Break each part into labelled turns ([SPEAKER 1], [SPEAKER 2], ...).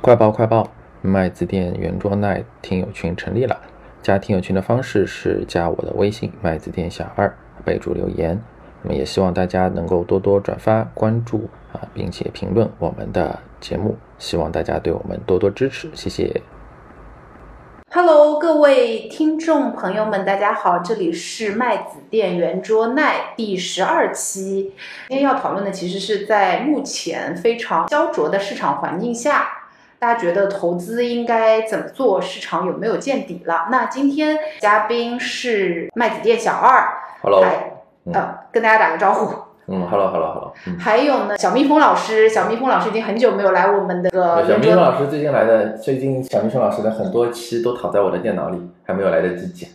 [SPEAKER 1] 快报快报！麦子店圆桌奈听友群成立了，加听友群的方式是加我的微信麦子店小二，备注留言。那么也希望大家能够多多转发、关注啊，并且评论我们的节目，希望大家对我们多多支持，谢谢。
[SPEAKER 2] Hello，各位听众朋友们，大家好，这里是麦子店圆桌奈第十二期。今天要讨论的其实是在目前非常焦灼的市场环境下，大家觉得投资应该怎么做？市场有没有见底了？那今天嘉宾是麦子店小二，
[SPEAKER 1] Hello，
[SPEAKER 2] 来呃，跟大家打个招呼。
[SPEAKER 1] 嗯，Hello，Hello，Hello，嗯，
[SPEAKER 2] 还有呢，小蜜蜂老师，小蜜蜂老师已经很久没有来我们的个
[SPEAKER 1] 小
[SPEAKER 2] 圆
[SPEAKER 1] 蜜
[SPEAKER 2] 桌
[SPEAKER 1] 蜂老师最近来的，最近小蜜蜂老师的很多期都躺在我的电脑里，还没有来得及剪。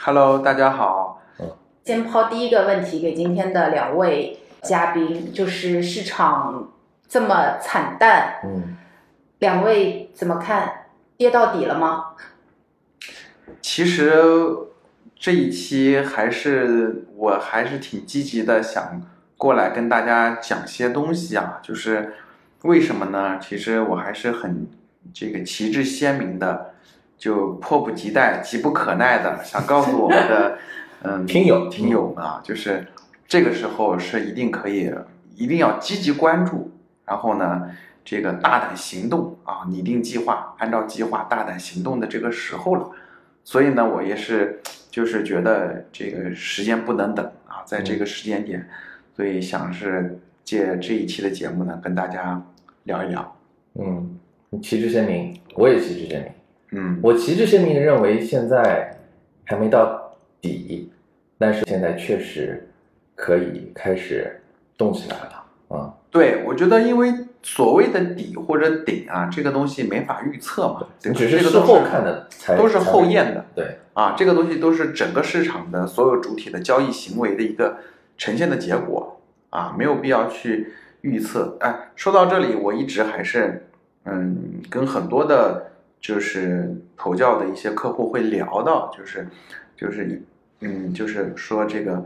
[SPEAKER 3] Hello，大家好。
[SPEAKER 2] 先抛第一个问题给今天的两位嘉宾，就是市场这么惨淡，
[SPEAKER 1] 嗯，
[SPEAKER 2] 两位怎么看？跌到底了吗？
[SPEAKER 3] 其实这一期还是我还是挺积极的，想过来跟大家讲些东西啊，就是为什么呢？其实我还是很这个旗帜鲜明的，就迫不及待、急不可耐的想告诉我们 的嗯
[SPEAKER 1] 听友
[SPEAKER 3] 听友们啊，就是这个时候是一定可以，一定要积极关注，然后呢，这个大胆行动啊，拟定计划，按照计划大胆行动的这个时候了。所以呢，我也是就是觉得这个时间不能等啊，在这
[SPEAKER 1] 嗯
[SPEAKER 3] 个时间点，所以想是借这一期的节目呢，跟大家聊一聊。
[SPEAKER 1] 嗯，你旗帜鲜明，我也旗帜鲜明。
[SPEAKER 3] 嗯，
[SPEAKER 1] 我旗帜鲜明的认为，现在还没到底，但是现在确实可以开始动起来了啊、
[SPEAKER 3] 对，我觉得因为所谓的底或者顶啊，这个东西没法预测嘛，对
[SPEAKER 1] 你
[SPEAKER 3] 吧？
[SPEAKER 1] 只是
[SPEAKER 3] 这个
[SPEAKER 1] 事
[SPEAKER 3] 都
[SPEAKER 1] 后看的才
[SPEAKER 3] 都是后验的，
[SPEAKER 1] 对，
[SPEAKER 3] 啊，这个东西都是整个市场的所有主体的交易行为的一个呈现的结果啊，没有必要去预测。哎，说到这里，我一直还是嗯，跟很多的就是投教的一些客户会聊到，就是就是嗯，就是说这个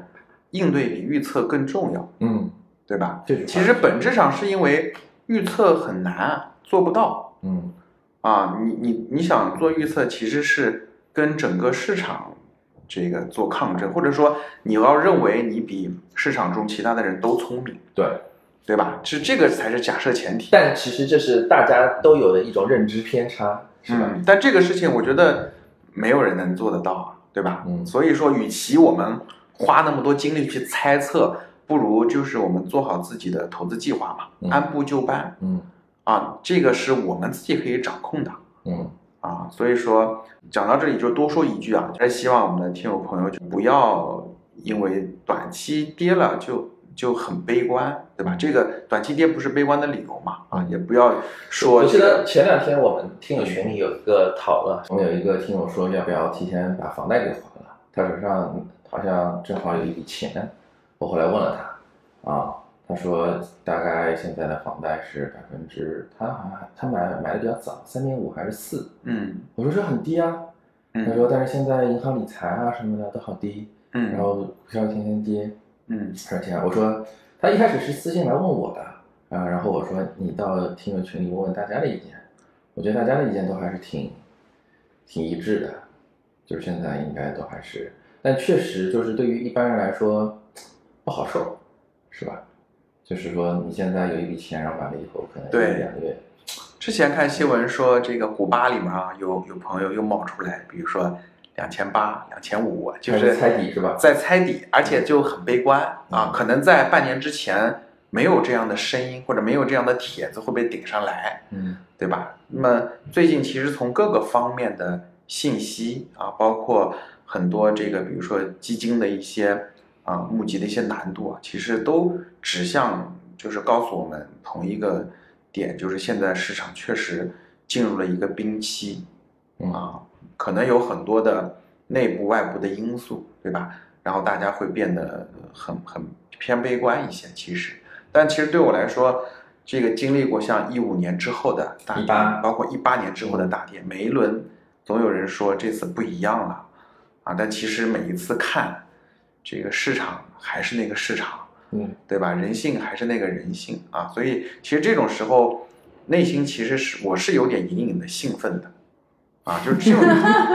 [SPEAKER 3] 应对比预测更重要，
[SPEAKER 1] 嗯，
[SPEAKER 3] 对吧？
[SPEAKER 1] 这句话
[SPEAKER 3] 其实本质上是因为预测很难，做不到。
[SPEAKER 1] 嗯
[SPEAKER 3] 啊，你你你想做预测，其实是跟整个市场这个做抗争，或者说你要认为你比市场中其他的人都聪明，
[SPEAKER 1] 对，
[SPEAKER 3] 对吧？是这个才是假设前提，
[SPEAKER 1] 但其实这是大家都有的一种认知偏差，是吧？
[SPEAKER 3] 嗯，但这个事情我觉得没有人能做得到啊，对吧？
[SPEAKER 1] 嗯
[SPEAKER 3] 所以说，与其我们花那么多精力去猜测，不如就是我们做好自己的投资计划嘛，
[SPEAKER 1] 嗯
[SPEAKER 3] 按部就班
[SPEAKER 1] 嗯
[SPEAKER 3] 啊，这个是我们自己可以掌控的。
[SPEAKER 1] 嗯
[SPEAKER 3] 啊，所以说讲到这里就多说一句啊，还是希望我们的听友朋友就不要因为短期跌了就就很悲观，对吧？这个短期跌不是悲观的理由嘛，啊，也不要说
[SPEAKER 1] 我记
[SPEAKER 3] 这
[SPEAKER 1] 得
[SPEAKER 3] 个
[SPEAKER 1] 前两天我们听友群里有一个讨论，我们有一个听友说要不要提前把房贷给还了，他手上好像正好有一笔钱，我后来问了他，啊，他说大概现在的房贷是百分之，他好像还他买买的比较早，三点五还是四，
[SPEAKER 3] 嗯
[SPEAKER 1] 我说这很低啊，他
[SPEAKER 3] 嗯
[SPEAKER 1] 说但是现在银行理财啊什么的都好低，
[SPEAKER 3] 嗯，
[SPEAKER 1] 然后股票天天跌，
[SPEAKER 3] 嗯
[SPEAKER 1] 而且啊我说，他一开始是私信来问我的，啊，然后我说你到听友群里问问大家的意见，我觉得大家的意见都还是挺挺一致的，就是现在应该都还是，但确实就是对于一般人来说不好受，是吧？就是说你现在有一笔钱，然后完了以后可能
[SPEAKER 3] 对
[SPEAKER 1] 一两个月，
[SPEAKER 3] 之前看新闻说这个古巴里面啊有有朋友又冒出来，比如说两千八、两千五，就
[SPEAKER 1] 还
[SPEAKER 3] 是
[SPEAKER 1] 猜底是吧
[SPEAKER 3] 在猜底，而且就很悲观啊
[SPEAKER 1] 嗯，
[SPEAKER 3] 可能在半年之前没有这样的声音或者没有这样的帖子会被顶上来。
[SPEAKER 1] 嗯
[SPEAKER 3] 对吧？那么最近其实从各个方面的信息啊，包括很多这个，比如说基金的一些啊募集的一些难度啊，其实都指向就是告诉我们同一个点，就是现在市场确实进入了一个冰期
[SPEAKER 1] 嗯
[SPEAKER 3] 啊，可能有很多的内部外部的因素，对吧？然后大家会变得很很偏悲观一些，其实，但其实对我来说，这个经历过像一五年之后的大跌
[SPEAKER 1] 18，
[SPEAKER 3] 包括一八年之后的大跌，每一轮总有人说这次不一样了啊，但其实每一次看这个市场还是那个市场，
[SPEAKER 1] 嗯
[SPEAKER 3] 对吧？人性还是那个人性啊，所以其实这种时候，内心其实是我是有点隐隐的兴奋的，啊，就是这种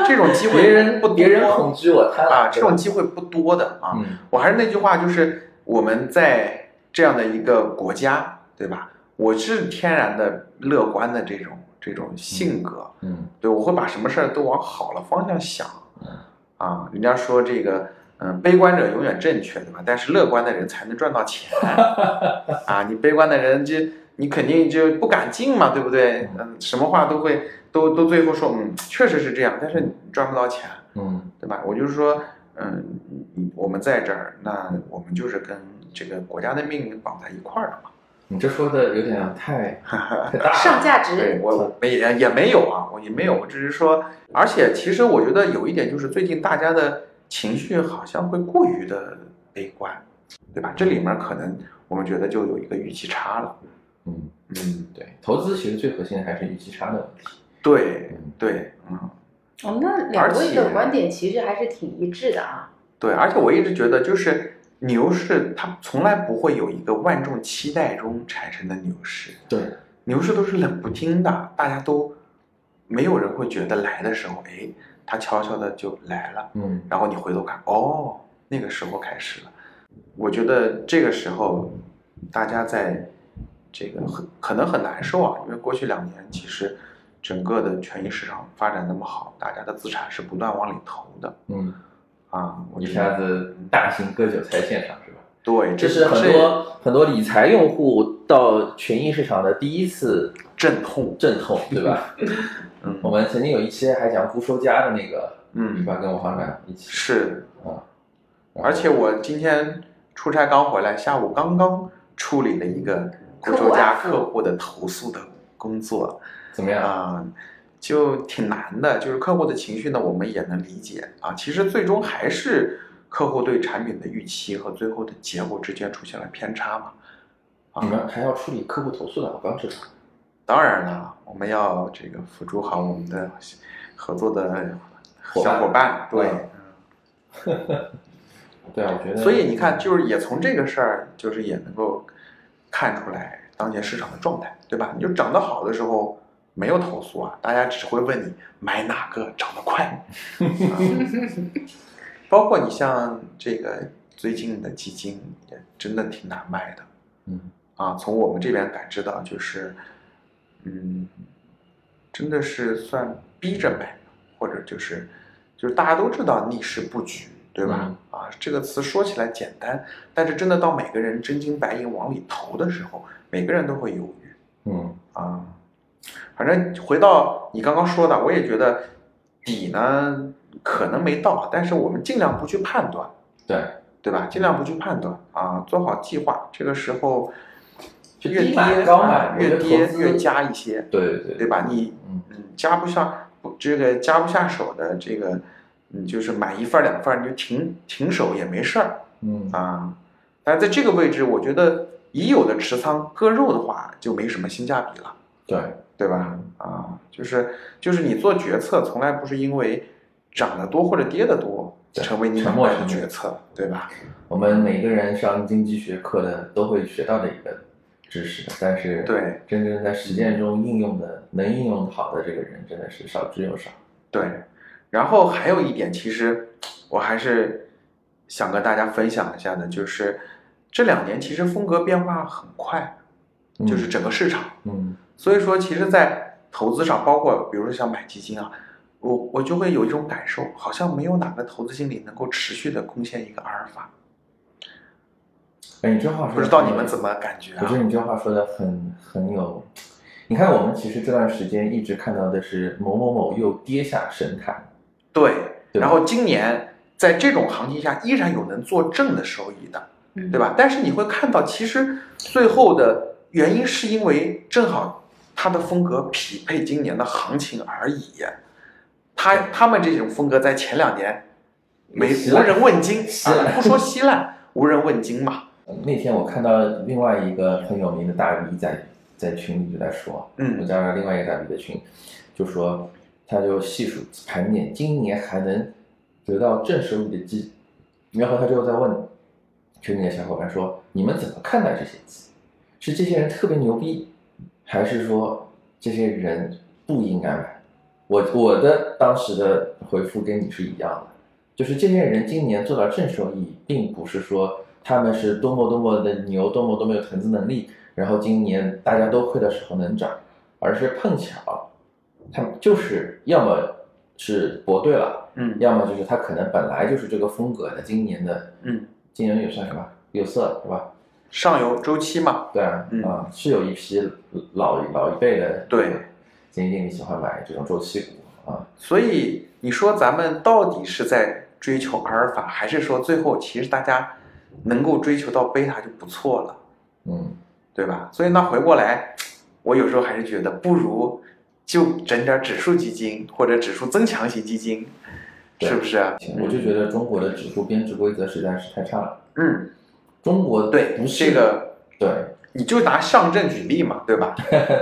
[SPEAKER 3] 这种机会
[SPEAKER 1] 别人
[SPEAKER 3] 不多
[SPEAKER 1] 别人恐惧我贪婪
[SPEAKER 3] 啊，这种
[SPEAKER 1] 对吧
[SPEAKER 3] 机会不多的啊。
[SPEAKER 1] 嗯
[SPEAKER 3] 我还是那句话，就是我们在这样的一个国家，对吧？我是天然的乐观的这种这种性格，
[SPEAKER 1] 嗯
[SPEAKER 3] 对，我会把什么事儿都往好了方向想
[SPEAKER 1] 嗯。
[SPEAKER 3] 啊，人家说这个，嗯，悲观者永远正确，对吧？但是乐观的人才能赚到钱。啊，你悲观的人就你肯定就不敢进嘛，对不对？嗯，什么话都会都都最后说，嗯，确实是这样，但是你赚不到钱，
[SPEAKER 1] 嗯
[SPEAKER 3] 对吧？我就是说，嗯，你我们在这儿，那我们就是跟这个国家的命运绑在一块儿了嘛。
[SPEAKER 1] 你这说的有点 太太大了，
[SPEAKER 2] 上价值
[SPEAKER 3] 对我我没也也没有啊，我也没有，我只是说，而且其实我觉得有一点就是最近大家的情绪好像会过于的悲观，对吧？这里面可能我们觉得就有一个预期差了。
[SPEAKER 1] 嗯，
[SPEAKER 3] 嗯，
[SPEAKER 1] 对，投资其实最核心的还是预期差的问题，
[SPEAKER 3] 对
[SPEAKER 1] 嗯
[SPEAKER 3] 对，嗯
[SPEAKER 2] 哦，那两位
[SPEAKER 3] 而
[SPEAKER 2] 的
[SPEAKER 3] 且
[SPEAKER 2] 观点其实还是挺一致的啊。
[SPEAKER 3] 对，而且我一直觉得就是牛市它从来不会有一个万众期待中产生的牛市，
[SPEAKER 1] 对，
[SPEAKER 3] 牛市都是冷不丁的，大家都没有人会觉得来的时候，哎，它悄悄的就来了。
[SPEAKER 1] 嗯
[SPEAKER 3] 然后你回头看，哦，那个时候开始了。我觉得这个时候，大家在这个很可能很难受啊，因为过去两年其实整个的权益市场发展那么好，大家的资产是不断往里投的
[SPEAKER 1] 嗯，
[SPEAKER 3] 啊。我
[SPEAKER 1] 一
[SPEAKER 3] 觉
[SPEAKER 1] 下
[SPEAKER 3] 得
[SPEAKER 1] 子大型割韭菜现场是吧？
[SPEAKER 3] 对，
[SPEAKER 1] 这
[SPEAKER 3] 这
[SPEAKER 1] 是很多很多理财用户到权益市场的第一次
[SPEAKER 3] 阵痛，
[SPEAKER 1] 阵痛，对 吧？
[SPEAKER 3] 嗯
[SPEAKER 1] 我们曾经有一期还讲固收加的那个，是
[SPEAKER 3] 嗯，
[SPEAKER 1] 吧？跟我方丈一起，
[SPEAKER 3] 是
[SPEAKER 1] 啊。
[SPEAKER 3] 而且我今天出差刚回来，下午刚刚处理了一个
[SPEAKER 2] 客户
[SPEAKER 3] 贵州家
[SPEAKER 2] 案子
[SPEAKER 3] 客户的投诉的工作，
[SPEAKER 1] 怎么样？
[SPEAKER 3] 啊、就挺难的。就是客户的情绪呢，我们也能理解啊。其实最终还是客户对产品的预期和最后的结果之间出现了偏差嘛。啊
[SPEAKER 1] 你们还要处理客户投诉的，我刚知道。
[SPEAKER 3] 当然了，我们要这个辅助好我们的合作的小伙伴，对。
[SPEAKER 1] 嗯对啊，我觉得。
[SPEAKER 3] 所以你看，，就是也从这个事儿，就是也能够看出来当前市场的状态，对吧？你就涨得好的时候没有投诉啊，大家只会问你买哪个涨得快。啊包括你像这个最近的基金也真的挺难卖的
[SPEAKER 1] 嗯
[SPEAKER 3] 啊，从我们这边感知到就是，嗯，真的是算逼着买，或者就是就是大家都知道逆势布局，对吧？
[SPEAKER 1] 嗯
[SPEAKER 3] 啊，这个词说起来简单，但是真的到每个人真金白银往里投的时候，每个人都会犹豫。
[SPEAKER 1] 嗯
[SPEAKER 3] 啊，反正回到你刚刚说的，我也觉得底呢可能没到，但是我们尽量不去判断，
[SPEAKER 1] 对，
[SPEAKER 3] 对吧？尽量不去判断啊，做好计划。这个时候
[SPEAKER 1] 就
[SPEAKER 3] 越
[SPEAKER 1] 低
[SPEAKER 3] 跌
[SPEAKER 1] 买高买
[SPEAKER 3] 啊
[SPEAKER 1] 我觉
[SPEAKER 3] 越
[SPEAKER 1] 得
[SPEAKER 3] 跌
[SPEAKER 1] 投资
[SPEAKER 3] 越加一些，
[SPEAKER 1] 对对
[SPEAKER 3] 对吧？你
[SPEAKER 1] 嗯
[SPEAKER 3] 嗯加不下不这个加不下手的这个，你就是买一份儿两份儿你就停停手也没事儿，
[SPEAKER 1] 嗯
[SPEAKER 3] 啊，但在这个位置，我觉得已有的持仓割肉的话，就没什么性价比了，
[SPEAKER 1] 对，
[SPEAKER 3] 对吧？啊，就是就是你做决策，从来不是因为涨得多或者跌得多
[SPEAKER 1] 对
[SPEAKER 3] 成为你
[SPEAKER 1] 沉
[SPEAKER 3] 买
[SPEAKER 1] 没
[SPEAKER 3] 卖的
[SPEAKER 1] 成本
[SPEAKER 3] 决策，对吧？
[SPEAKER 1] 我们每个人上经济学课的都会学到的一个知识，但是
[SPEAKER 3] 对
[SPEAKER 1] 真正在实践中应用的、能应用好的这个人真的是少之又少。
[SPEAKER 3] 对。然后还有一点，其实我还是想跟大家分享一下的，就是这两年其实风格变化很快，
[SPEAKER 1] 嗯
[SPEAKER 3] 就是整个市场。
[SPEAKER 1] 嗯
[SPEAKER 3] 所以说，其实，在投资上，包括比如说像买基金啊，我我就会有一种感受，好像没有哪个投资经理能够持续的贡献一个阿尔法。
[SPEAKER 1] 哎，你这话说得
[SPEAKER 3] 不知道你们怎么感觉
[SPEAKER 1] 我
[SPEAKER 3] 啊
[SPEAKER 1] 觉？得你这话说的很很有，你看我们其实这段时间一直看到的是某某某又跌下神坛，
[SPEAKER 3] 对。
[SPEAKER 1] 对吧
[SPEAKER 3] 然后今年在这种行情下，依然有能做正的收益的，
[SPEAKER 2] 嗯
[SPEAKER 3] 对？吧？但是你会看到，其实最后的原因是因为正好它的风格匹配今年的行情而已。他他们这种风格在前两年没
[SPEAKER 1] 稀
[SPEAKER 3] 无
[SPEAKER 1] 烂
[SPEAKER 3] 人问津
[SPEAKER 1] 稀烂
[SPEAKER 3] 啊，不说稀烂，无人问津嘛。
[SPEAKER 1] 那天我看到另外一个很有名的大 V 在在群里就在说，我
[SPEAKER 3] 嗯
[SPEAKER 1] 加了另外一个大 V 的群，就说他就细数盘点今年还能得到正收益的基，然后他就在问群里的小伙伴说：“你们怎么看待这些基？是这些人特别牛逼，还是说这些人不应该买。我我的当时的回复跟你是一样的，就是这些人今年做到正收益，并不是说他们是多么多么的牛，多么多么有投资能力，然后今年大家都亏的时候能涨，而是碰巧，他们就是要么是博对了，
[SPEAKER 3] 嗯
[SPEAKER 1] 要么就是他可能本来就是这个风格的，今年的
[SPEAKER 3] 嗯，
[SPEAKER 1] 今年有算什么有色是吧？
[SPEAKER 3] 上游周期嘛，
[SPEAKER 1] 对啊，
[SPEAKER 3] 嗯
[SPEAKER 1] 啊是有一批老老一辈的
[SPEAKER 3] 对
[SPEAKER 1] 基金经理喜欢买这种周期股啊，
[SPEAKER 3] 所以你说咱们到底是在追求阿尔法，还是说最后其实大家能够追求到贝塔就不错了？
[SPEAKER 1] 嗯，
[SPEAKER 3] 对吧？所以那回过来，我有时候还是觉得不如就整点指数基金或者指数增强型基金，
[SPEAKER 1] 对
[SPEAKER 3] 是不啊是？
[SPEAKER 1] 行我就觉得中国的指数编制规则实在是太差了。
[SPEAKER 3] 嗯，
[SPEAKER 1] 中国
[SPEAKER 3] 对
[SPEAKER 1] 不，是
[SPEAKER 3] 这个
[SPEAKER 1] 对，
[SPEAKER 3] 你就拿上证举例嘛，对 吧？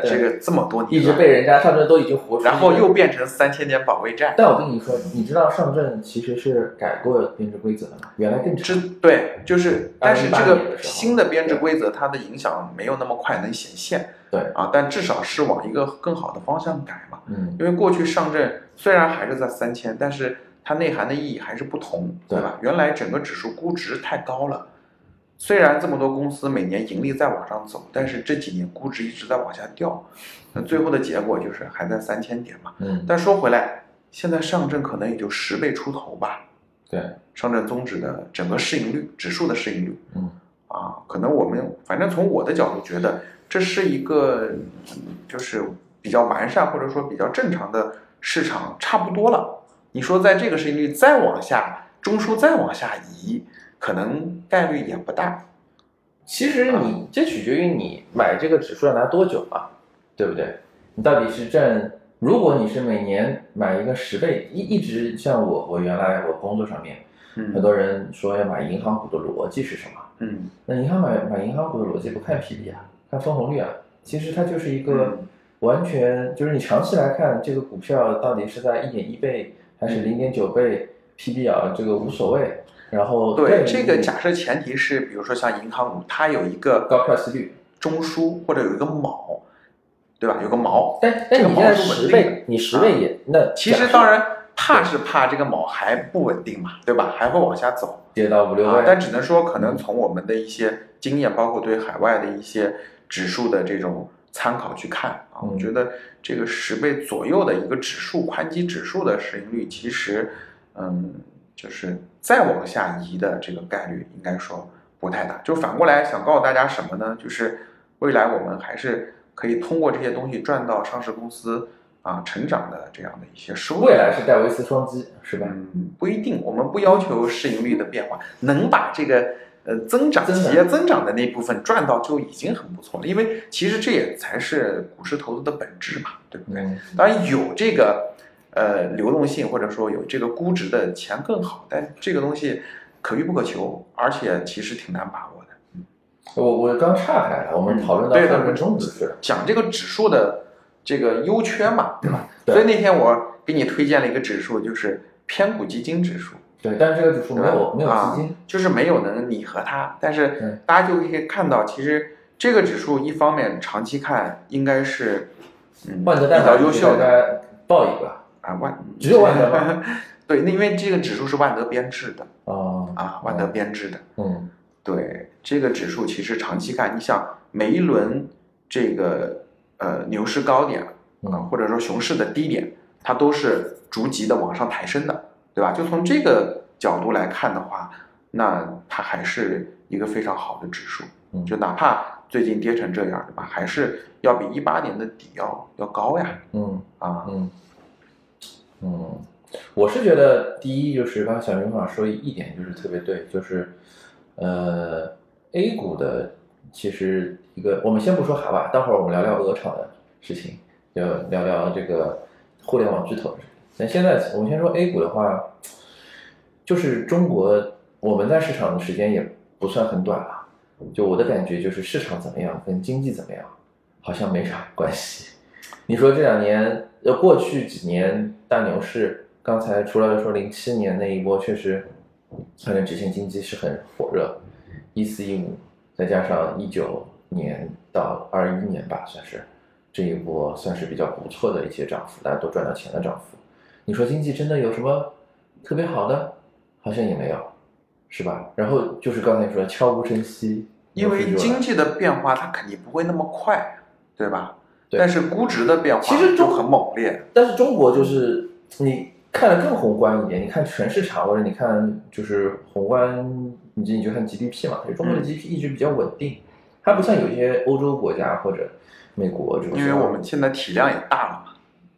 [SPEAKER 3] 这个这么多年了，
[SPEAKER 1] 一直被人家上证都已经活出去了，
[SPEAKER 3] 然后又变成三千点保卫战，
[SPEAKER 1] 但我跟你说，你知道上证其实是改过编制规则的吗？原来更
[SPEAKER 3] 这
[SPEAKER 1] 长，
[SPEAKER 3] 对，就是，但是这
[SPEAKER 1] 2018年
[SPEAKER 3] 个
[SPEAKER 1] 的时候
[SPEAKER 3] 新的编制规则，它的影响没有那么快能显现，
[SPEAKER 1] 对
[SPEAKER 3] 啊，但至少是往一个更好的方向改嘛。
[SPEAKER 1] 嗯，
[SPEAKER 3] 因为过去上证虽然还是在三千，但是它内涵的意义还是不同，
[SPEAKER 1] 对
[SPEAKER 3] 对吧？原来整个指数估值太高了，虽然这么多公司每年盈利在往上走，但是这几年估值一直在往下掉，那最后的结果就是还在三千点嘛。
[SPEAKER 1] 嗯，
[SPEAKER 3] 但说回来，现在上证可能也就十倍出头吧，
[SPEAKER 1] 对，
[SPEAKER 3] 上证综指的整个市盈率、指数的市盈率，
[SPEAKER 1] 嗯，
[SPEAKER 3] 啊，可能我们反正从我的角度觉得，这是一个嗯就是比较完善或者说比较正常的市场，差不多了。你说在这个市盈率再往下，中枢再往下移，可能概率也不大。
[SPEAKER 1] 其实你这取决于你买这个指数要拿多久嘛，对不对？你到底是挣？如果你是每年买一个十倍，一一直像我，我原来我工作上面，很
[SPEAKER 3] 嗯
[SPEAKER 1] 多人说要买银行股的逻辑是什么？
[SPEAKER 3] 嗯，
[SPEAKER 1] 那银行买买银行股的逻辑不看 PB 啊，看分红率啊，其实它就是一个
[SPEAKER 3] 嗯
[SPEAKER 1] 完全就是你长期来看这个股票到底是在一点一倍还
[SPEAKER 3] 嗯
[SPEAKER 1] 是零点九倍 PB 啊，这个无所谓。然后
[SPEAKER 3] 对，
[SPEAKER 1] 概率
[SPEAKER 3] 这个假设前提是，比如说像银行股，它有一个
[SPEAKER 1] 高票息率，
[SPEAKER 3] 中枢或者有一个锚，对吧？有个锚，
[SPEAKER 1] 但但
[SPEAKER 3] 这个
[SPEAKER 1] 你现在
[SPEAKER 3] 毛是稳
[SPEAKER 1] 十
[SPEAKER 3] 定的啊
[SPEAKER 1] 倍，你十倍也、那
[SPEAKER 3] 其实当然怕是怕这个锚还不稳定嘛，对吧？还会往下走。
[SPEAKER 1] 跌到五六
[SPEAKER 3] 啊
[SPEAKER 1] 位，，
[SPEAKER 3] 但只能说，可能从我们的一些经验，包括对海外的一些指数的这种参考去看啊，我
[SPEAKER 1] 嗯
[SPEAKER 3] 觉得这个十倍左右的一个指数宽基指数的市盈率，其实，嗯，就是再往下移的这个概率，应该说不太大。就反过来想告诉大家什么呢？就是未来我们还是可以通过这些东西赚到上市公司啊成长的这样的一些收入。
[SPEAKER 1] 未来是戴维斯双击是吧？
[SPEAKER 3] 嗯，不一定，我们不要求市盈率的变化，能把这个呃增长
[SPEAKER 1] 增长
[SPEAKER 3] 企业增长的那部分赚到就已经很不错了，因为其实这也才是股市投资的本质嘛，对不对？
[SPEAKER 1] 嗯，
[SPEAKER 3] 当然有这个呃流动性或者说有这个估值的钱更好，但这个东西可遇不可求，而且其实挺难把握的。
[SPEAKER 1] 我我刚岔开了，我们讨论到
[SPEAKER 3] 嗯对的
[SPEAKER 1] 上证综指去了，
[SPEAKER 3] 讲这个指数的这个优缺嘛，对吧？
[SPEAKER 1] 嗯对
[SPEAKER 3] 所以那天我给你推荐了一个指数，就是偏股基金指数。
[SPEAKER 1] 对，但是这个指数没有没有
[SPEAKER 3] 啊
[SPEAKER 1] 基金，
[SPEAKER 3] 就是没有能拟合它。但是
[SPEAKER 1] 嗯
[SPEAKER 3] 大家就可以看到，其实这个指数一方面长期看应该是嗯
[SPEAKER 1] 万德
[SPEAKER 3] 比
[SPEAKER 1] 代码
[SPEAKER 3] 较优秀
[SPEAKER 1] 大
[SPEAKER 3] 的
[SPEAKER 1] 家报一个
[SPEAKER 3] 啊万
[SPEAKER 1] 只有万德吗？
[SPEAKER 3] 对，那因为这个指数是万德编制的
[SPEAKER 1] 哦，
[SPEAKER 3] 啊，万德编制的。
[SPEAKER 1] 嗯
[SPEAKER 3] 对这个指数，其实长期看，你想每一轮这个呃牛市高点啊，
[SPEAKER 1] 嗯
[SPEAKER 3] 或者说熊市的低点，它都是逐级的往上抬升的，对吧？就从这个角度来看的话，那它还是一个非常好的指数，
[SPEAKER 1] 嗯，
[SPEAKER 3] 就哪怕最近跌成这样，对吧？还是要比一八年的底要要高呀，
[SPEAKER 1] 嗯
[SPEAKER 3] 啊，
[SPEAKER 1] 嗯嗯，我是觉得第一就是刚才小明好像说一点就是特别对，就是呃 A 股的其实一个我们先不说海外，待会儿我们聊聊鹅厂的事情，就聊聊这个互联网巨头的事情。那现在我们先说 A 股的话，就是中国我们在市场的时间也不算很短了，就我的感觉就是市场怎么样跟经济怎么样好像没啥关系。你说这两年，呃，过去几年大牛市，刚才除了说零七年那一波，确实可能直线经济是很火热，一四一五，再加上一九年到二一年吧，算是这一波算是比较不错的一些涨幅，大家都赚到钱的涨幅。你说经济真的有什么特别好的？好像也没有，是吧？然后就是刚才说的悄无声息，
[SPEAKER 3] 因
[SPEAKER 1] 牛
[SPEAKER 3] 为
[SPEAKER 1] 市就来
[SPEAKER 3] 经济的变化它肯定不会那么快，对吧？
[SPEAKER 1] 对
[SPEAKER 3] 但是估值的变化
[SPEAKER 1] 其实
[SPEAKER 3] 就
[SPEAKER 1] 中
[SPEAKER 3] 很猛烈，
[SPEAKER 1] 但是中国就是你看得更宏观一点，你看全市场或者你看就是宏观，你就你就看 GDP 嘛，就中国的
[SPEAKER 3] 嗯
[SPEAKER 1] GDP 一直比较稳定，它不像有一些欧洲国家或者美国这种，
[SPEAKER 3] 因为我们现在体量也大了嘛。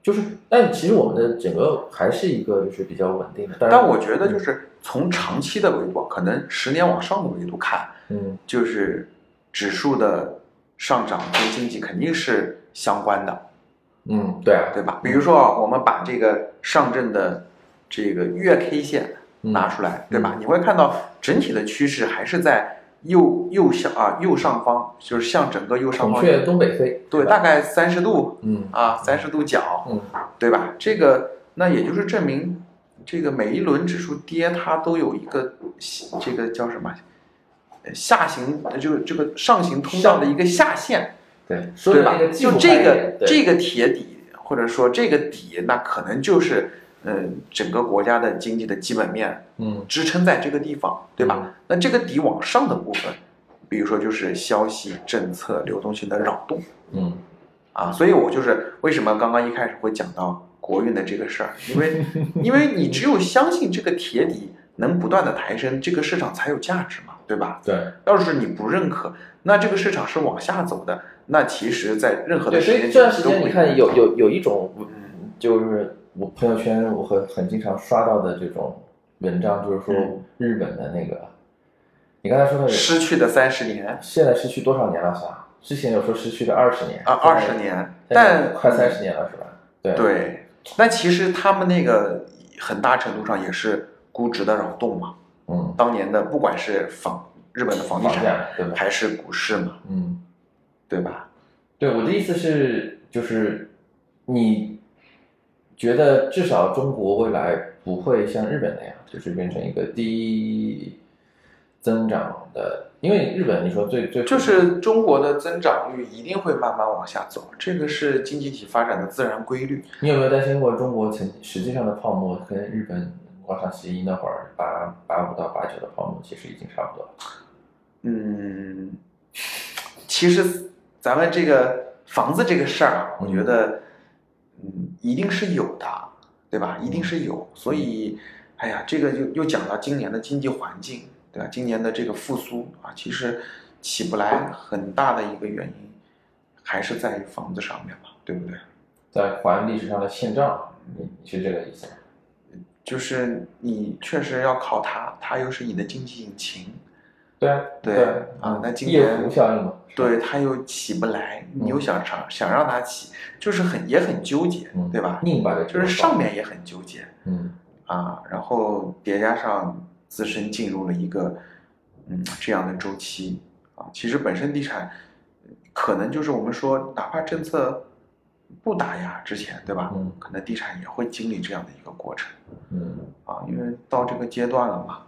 [SPEAKER 1] 就是，但其实我们的整个还是一个就是比较稳定的，
[SPEAKER 3] 但我觉得就是是从长期的维度，可能十年往上的维度看，
[SPEAKER 1] 嗯
[SPEAKER 3] 就是指数的上涨跟经济肯定是相关的，
[SPEAKER 1] 嗯对啊，
[SPEAKER 3] 对吧？比如说啊，我们把这个上证的这个月 K 线
[SPEAKER 1] 嗯
[SPEAKER 3] 拿出来，对吧？你会看到整体的趋势还是在右右向啊右上方，就是向整个右上
[SPEAKER 1] 孔
[SPEAKER 3] 方
[SPEAKER 1] 雀东北飞，
[SPEAKER 3] 对，大概三十度
[SPEAKER 1] 嗯
[SPEAKER 3] 啊，三十度角，
[SPEAKER 1] 嗯
[SPEAKER 3] 对吧？这个那也就是证明，这个每一轮指数跌，它都有一个这个叫什么呃下行，呃就是这个上行通道的一个下限，
[SPEAKER 1] 对，说
[SPEAKER 3] 对
[SPEAKER 1] 的
[SPEAKER 3] 吧
[SPEAKER 1] 那个？技术
[SPEAKER 3] 就这
[SPEAKER 1] 概
[SPEAKER 3] 个
[SPEAKER 1] 念对
[SPEAKER 3] 这个铁底，或者说这个底，那可能就是呃整个国家的经济的基本面
[SPEAKER 1] 嗯
[SPEAKER 3] 支撑在这个地方，对吧？
[SPEAKER 1] 嗯
[SPEAKER 3] 那这个底往上的部分，比如说就是消息、政策、流动性的扰动。
[SPEAKER 1] 嗯
[SPEAKER 3] 啊，所以我就是为什么刚刚一开始会讲到国运的这个事儿，因 为因为你只有相信这个铁底能不断的抬升，这个市场才有价值嘛，对吧？
[SPEAKER 1] 对
[SPEAKER 3] 要是你不认可，那这个市场是往下走的，那其实，在任何
[SPEAKER 1] 对，
[SPEAKER 3] 的时
[SPEAKER 1] 所
[SPEAKER 3] 间
[SPEAKER 1] 以这段时
[SPEAKER 3] 都
[SPEAKER 1] 间
[SPEAKER 3] 会
[SPEAKER 1] 你看有有有一种
[SPEAKER 3] 嗯
[SPEAKER 1] 就是我朋友圈我很很经常刷到的这种文章，就是说
[SPEAKER 3] 嗯
[SPEAKER 1] 日本的那个，你刚才说的
[SPEAKER 3] 失去的三十年
[SPEAKER 1] 现在失去多少年了？算之前有说失去了二十年
[SPEAKER 3] 啊，二十，年，
[SPEAKER 1] 现在现
[SPEAKER 3] 但
[SPEAKER 1] 在快三十年了是吧？对
[SPEAKER 3] 对，那其实他们那个很大程度上也是估值的扰动嘛，
[SPEAKER 1] 嗯，
[SPEAKER 3] 当年的不管是房日本的房地
[SPEAKER 1] 房
[SPEAKER 3] 产
[SPEAKER 1] 价对吧？
[SPEAKER 3] 还是股市嘛，
[SPEAKER 1] 嗯，
[SPEAKER 3] 对吧？
[SPEAKER 1] 对，我的意思是，就是你觉得至少中国未来不会像日本那样，就是变成一个低增长的，因为日本你说最最
[SPEAKER 3] 就是中国的增长率一定会慢慢往下走，这个是经济体发展的自然规律。
[SPEAKER 1] 你有没有担心过中国曾实际上的泡沫跟日本广场协议那会儿八八五到八九的泡沫其实已经差不多了？
[SPEAKER 3] 嗯，其实咱们这个房子这个事儿啊，我觉得，嗯，一定是有的，对吧？一定是有，所以，哎呀，这个又又讲到今年的经济环境，对吧？今年的这个复苏啊，其实起不来很大的一个原因，还是在于房子上面嘛，对不对？
[SPEAKER 1] 在还历史上的欠账，你你是这个意思吗？
[SPEAKER 3] 就是你确实要靠它，它又是你的经济引擎，
[SPEAKER 1] 对啊，
[SPEAKER 3] 对
[SPEAKER 1] 对
[SPEAKER 3] 啊那今
[SPEAKER 1] 夜
[SPEAKER 3] 年
[SPEAKER 1] 壶效应嘛，是吧
[SPEAKER 3] 对，它又起不来，你又
[SPEAKER 1] 嗯
[SPEAKER 3] 想上想让它起，就是很也很纠结，
[SPEAKER 1] 嗯
[SPEAKER 3] 对吧？
[SPEAKER 1] 拧巴的
[SPEAKER 3] 就是上面也很纠结
[SPEAKER 1] 嗯
[SPEAKER 3] 啊，然后叠加上自身进入了一个嗯这样的周期啊，其实本身地产可能就是我们说，哪怕政策不打压之前，对吧？
[SPEAKER 1] 嗯
[SPEAKER 3] 可能地产也会经历这样的一个过程。
[SPEAKER 1] 嗯
[SPEAKER 3] 啊，因为到这个阶段了嘛，